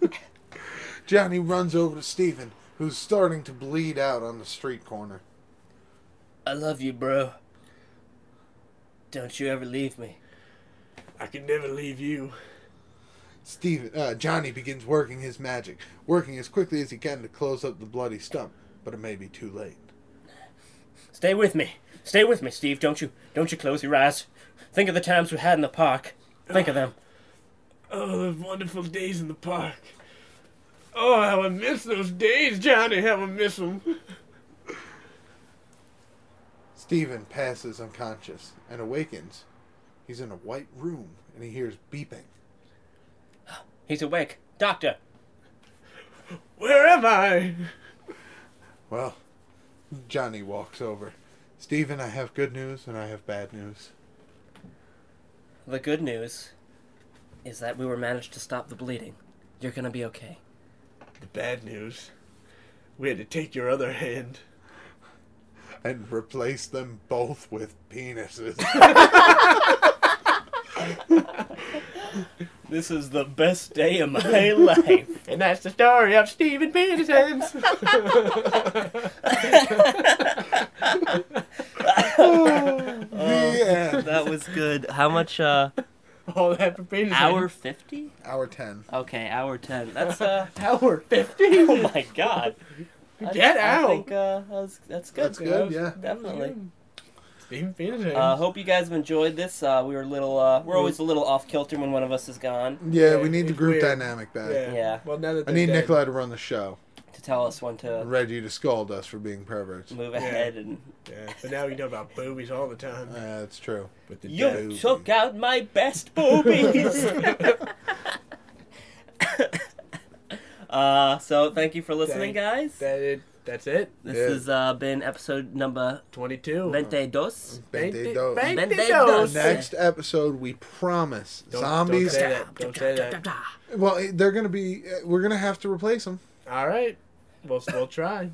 Speaker 2: Johnny runs over to Steven, who's starting to bleed out on the street corner.
Speaker 1: I love you, bro. Don't you ever leave me.
Speaker 3: I can never leave you.
Speaker 2: Steven, uh, Johnny begins working his magic, working as quickly as he can to close up the bloody stump, but it may be too late.
Speaker 1: Stay with me. Stay with me, Steve. Don't you don't you close your eyes. Think of the times we had in the park. Think of them.
Speaker 3: Oh, those wonderful days in the park. Oh, how I miss those days, Johnny. How I miss them.
Speaker 2: Steven passes unconscious and awakens. He's in a white room and he hears beeping.
Speaker 1: He's awake. Doctor.
Speaker 3: Where am I?
Speaker 2: Well, Johnny walks over. Stephen, I have good news and I have bad news.
Speaker 1: The good news is that we were managed to stop the bleeding. You're gonna be okay.
Speaker 3: The bad news. We had to take your other hand.
Speaker 2: And replace them both with penises.
Speaker 1: This is the best day of my life.
Speaker 3: And that's the story of Steven Peterson. Oh.
Speaker 2: the end.
Speaker 1: That was good. How much uh
Speaker 3: All that for Peterson.
Speaker 1: hour 50?
Speaker 2: Hour 10.
Speaker 1: Okay, hour 10. That's uh
Speaker 3: Hour 50?
Speaker 1: Oh my god.
Speaker 3: Get
Speaker 1: I, I
Speaker 3: out.
Speaker 1: think uh that's, that's good.
Speaker 2: That's good, yeah.
Speaker 1: Definitely.
Speaker 3: Big penis hands.
Speaker 1: Uh, hope you guys have enjoyed this. Uh, we were a little, uh, we're always a little off kilter when one of us is gone
Speaker 2: Yeah,
Speaker 3: Yeah,
Speaker 2: we need the
Speaker 3: it's
Speaker 2: group
Speaker 3: weird.
Speaker 2: dynamic back.
Speaker 3: yeah.
Speaker 1: yeah.
Speaker 3: Well, now that
Speaker 2: I
Speaker 3: they're
Speaker 2: need
Speaker 3: dead,
Speaker 2: Nikolai to run the show.
Speaker 1: to tell us when
Speaker 2: and
Speaker 1: to
Speaker 2: Reggie to scold us for being perverts.
Speaker 1: move ahead. And
Speaker 3: Yeah. But now you know about boobies all the time.
Speaker 2: Uh, that's true.
Speaker 3: With the
Speaker 1: you
Speaker 3: dead.
Speaker 2: Booby.
Speaker 1: took out my best boobies. uh, so thank you for listening,
Speaker 3: Thank-
Speaker 1: guys.
Speaker 3: That it. That's it.
Speaker 1: This
Speaker 2: Yeah.
Speaker 1: has uh, been episode number
Speaker 3: Twenty-two.
Speaker 1: veinte dos.
Speaker 2: Bente dos.
Speaker 1: Bente
Speaker 3: Benditos.
Speaker 1: dos.
Speaker 2: Next episode, we promise
Speaker 3: Don't-
Speaker 2: zombies.
Speaker 3: Don't say that. Don't say that.
Speaker 2: well, eh, they're gonna be. eh, We're gonna have to replace them.
Speaker 3: All right. We'll we'll try.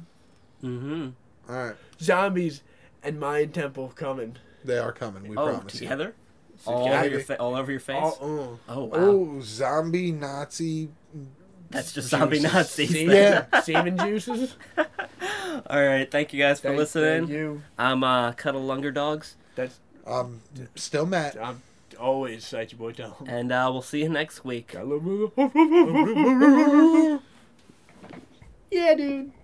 Speaker 1: Mm-hmm.
Speaker 2: All right,
Speaker 3: Zombies and Mayan temple coming.
Speaker 2: they are coming. We
Speaker 1: Oh,
Speaker 2: promise. you.
Speaker 1: together. All
Speaker 3: Yeah.
Speaker 1: over, your fa- all over your face.
Speaker 3: Oh,
Speaker 1: oh wow,
Speaker 2: Oh, zombie Nazi.
Speaker 1: that's just zombie
Speaker 2: Jesus.
Speaker 1: Nazis.
Speaker 3: semen,
Speaker 1: then.
Speaker 2: Yeah.
Speaker 3: semen juices.
Speaker 1: All right, thank you guys for
Speaker 3: Thank-
Speaker 1: listening.
Speaker 3: Thank you.
Speaker 1: I'm uh, Cuddle Lunger Dogs,
Speaker 3: That's
Speaker 2: Um, still Matt.
Speaker 3: I'm always such a boy Tom.
Speaker 1: and uh, we'll see you next week.
Speaker 3: Hello, mother-
Speaker 2: Ooh.
Speaker 3: yeah, dude.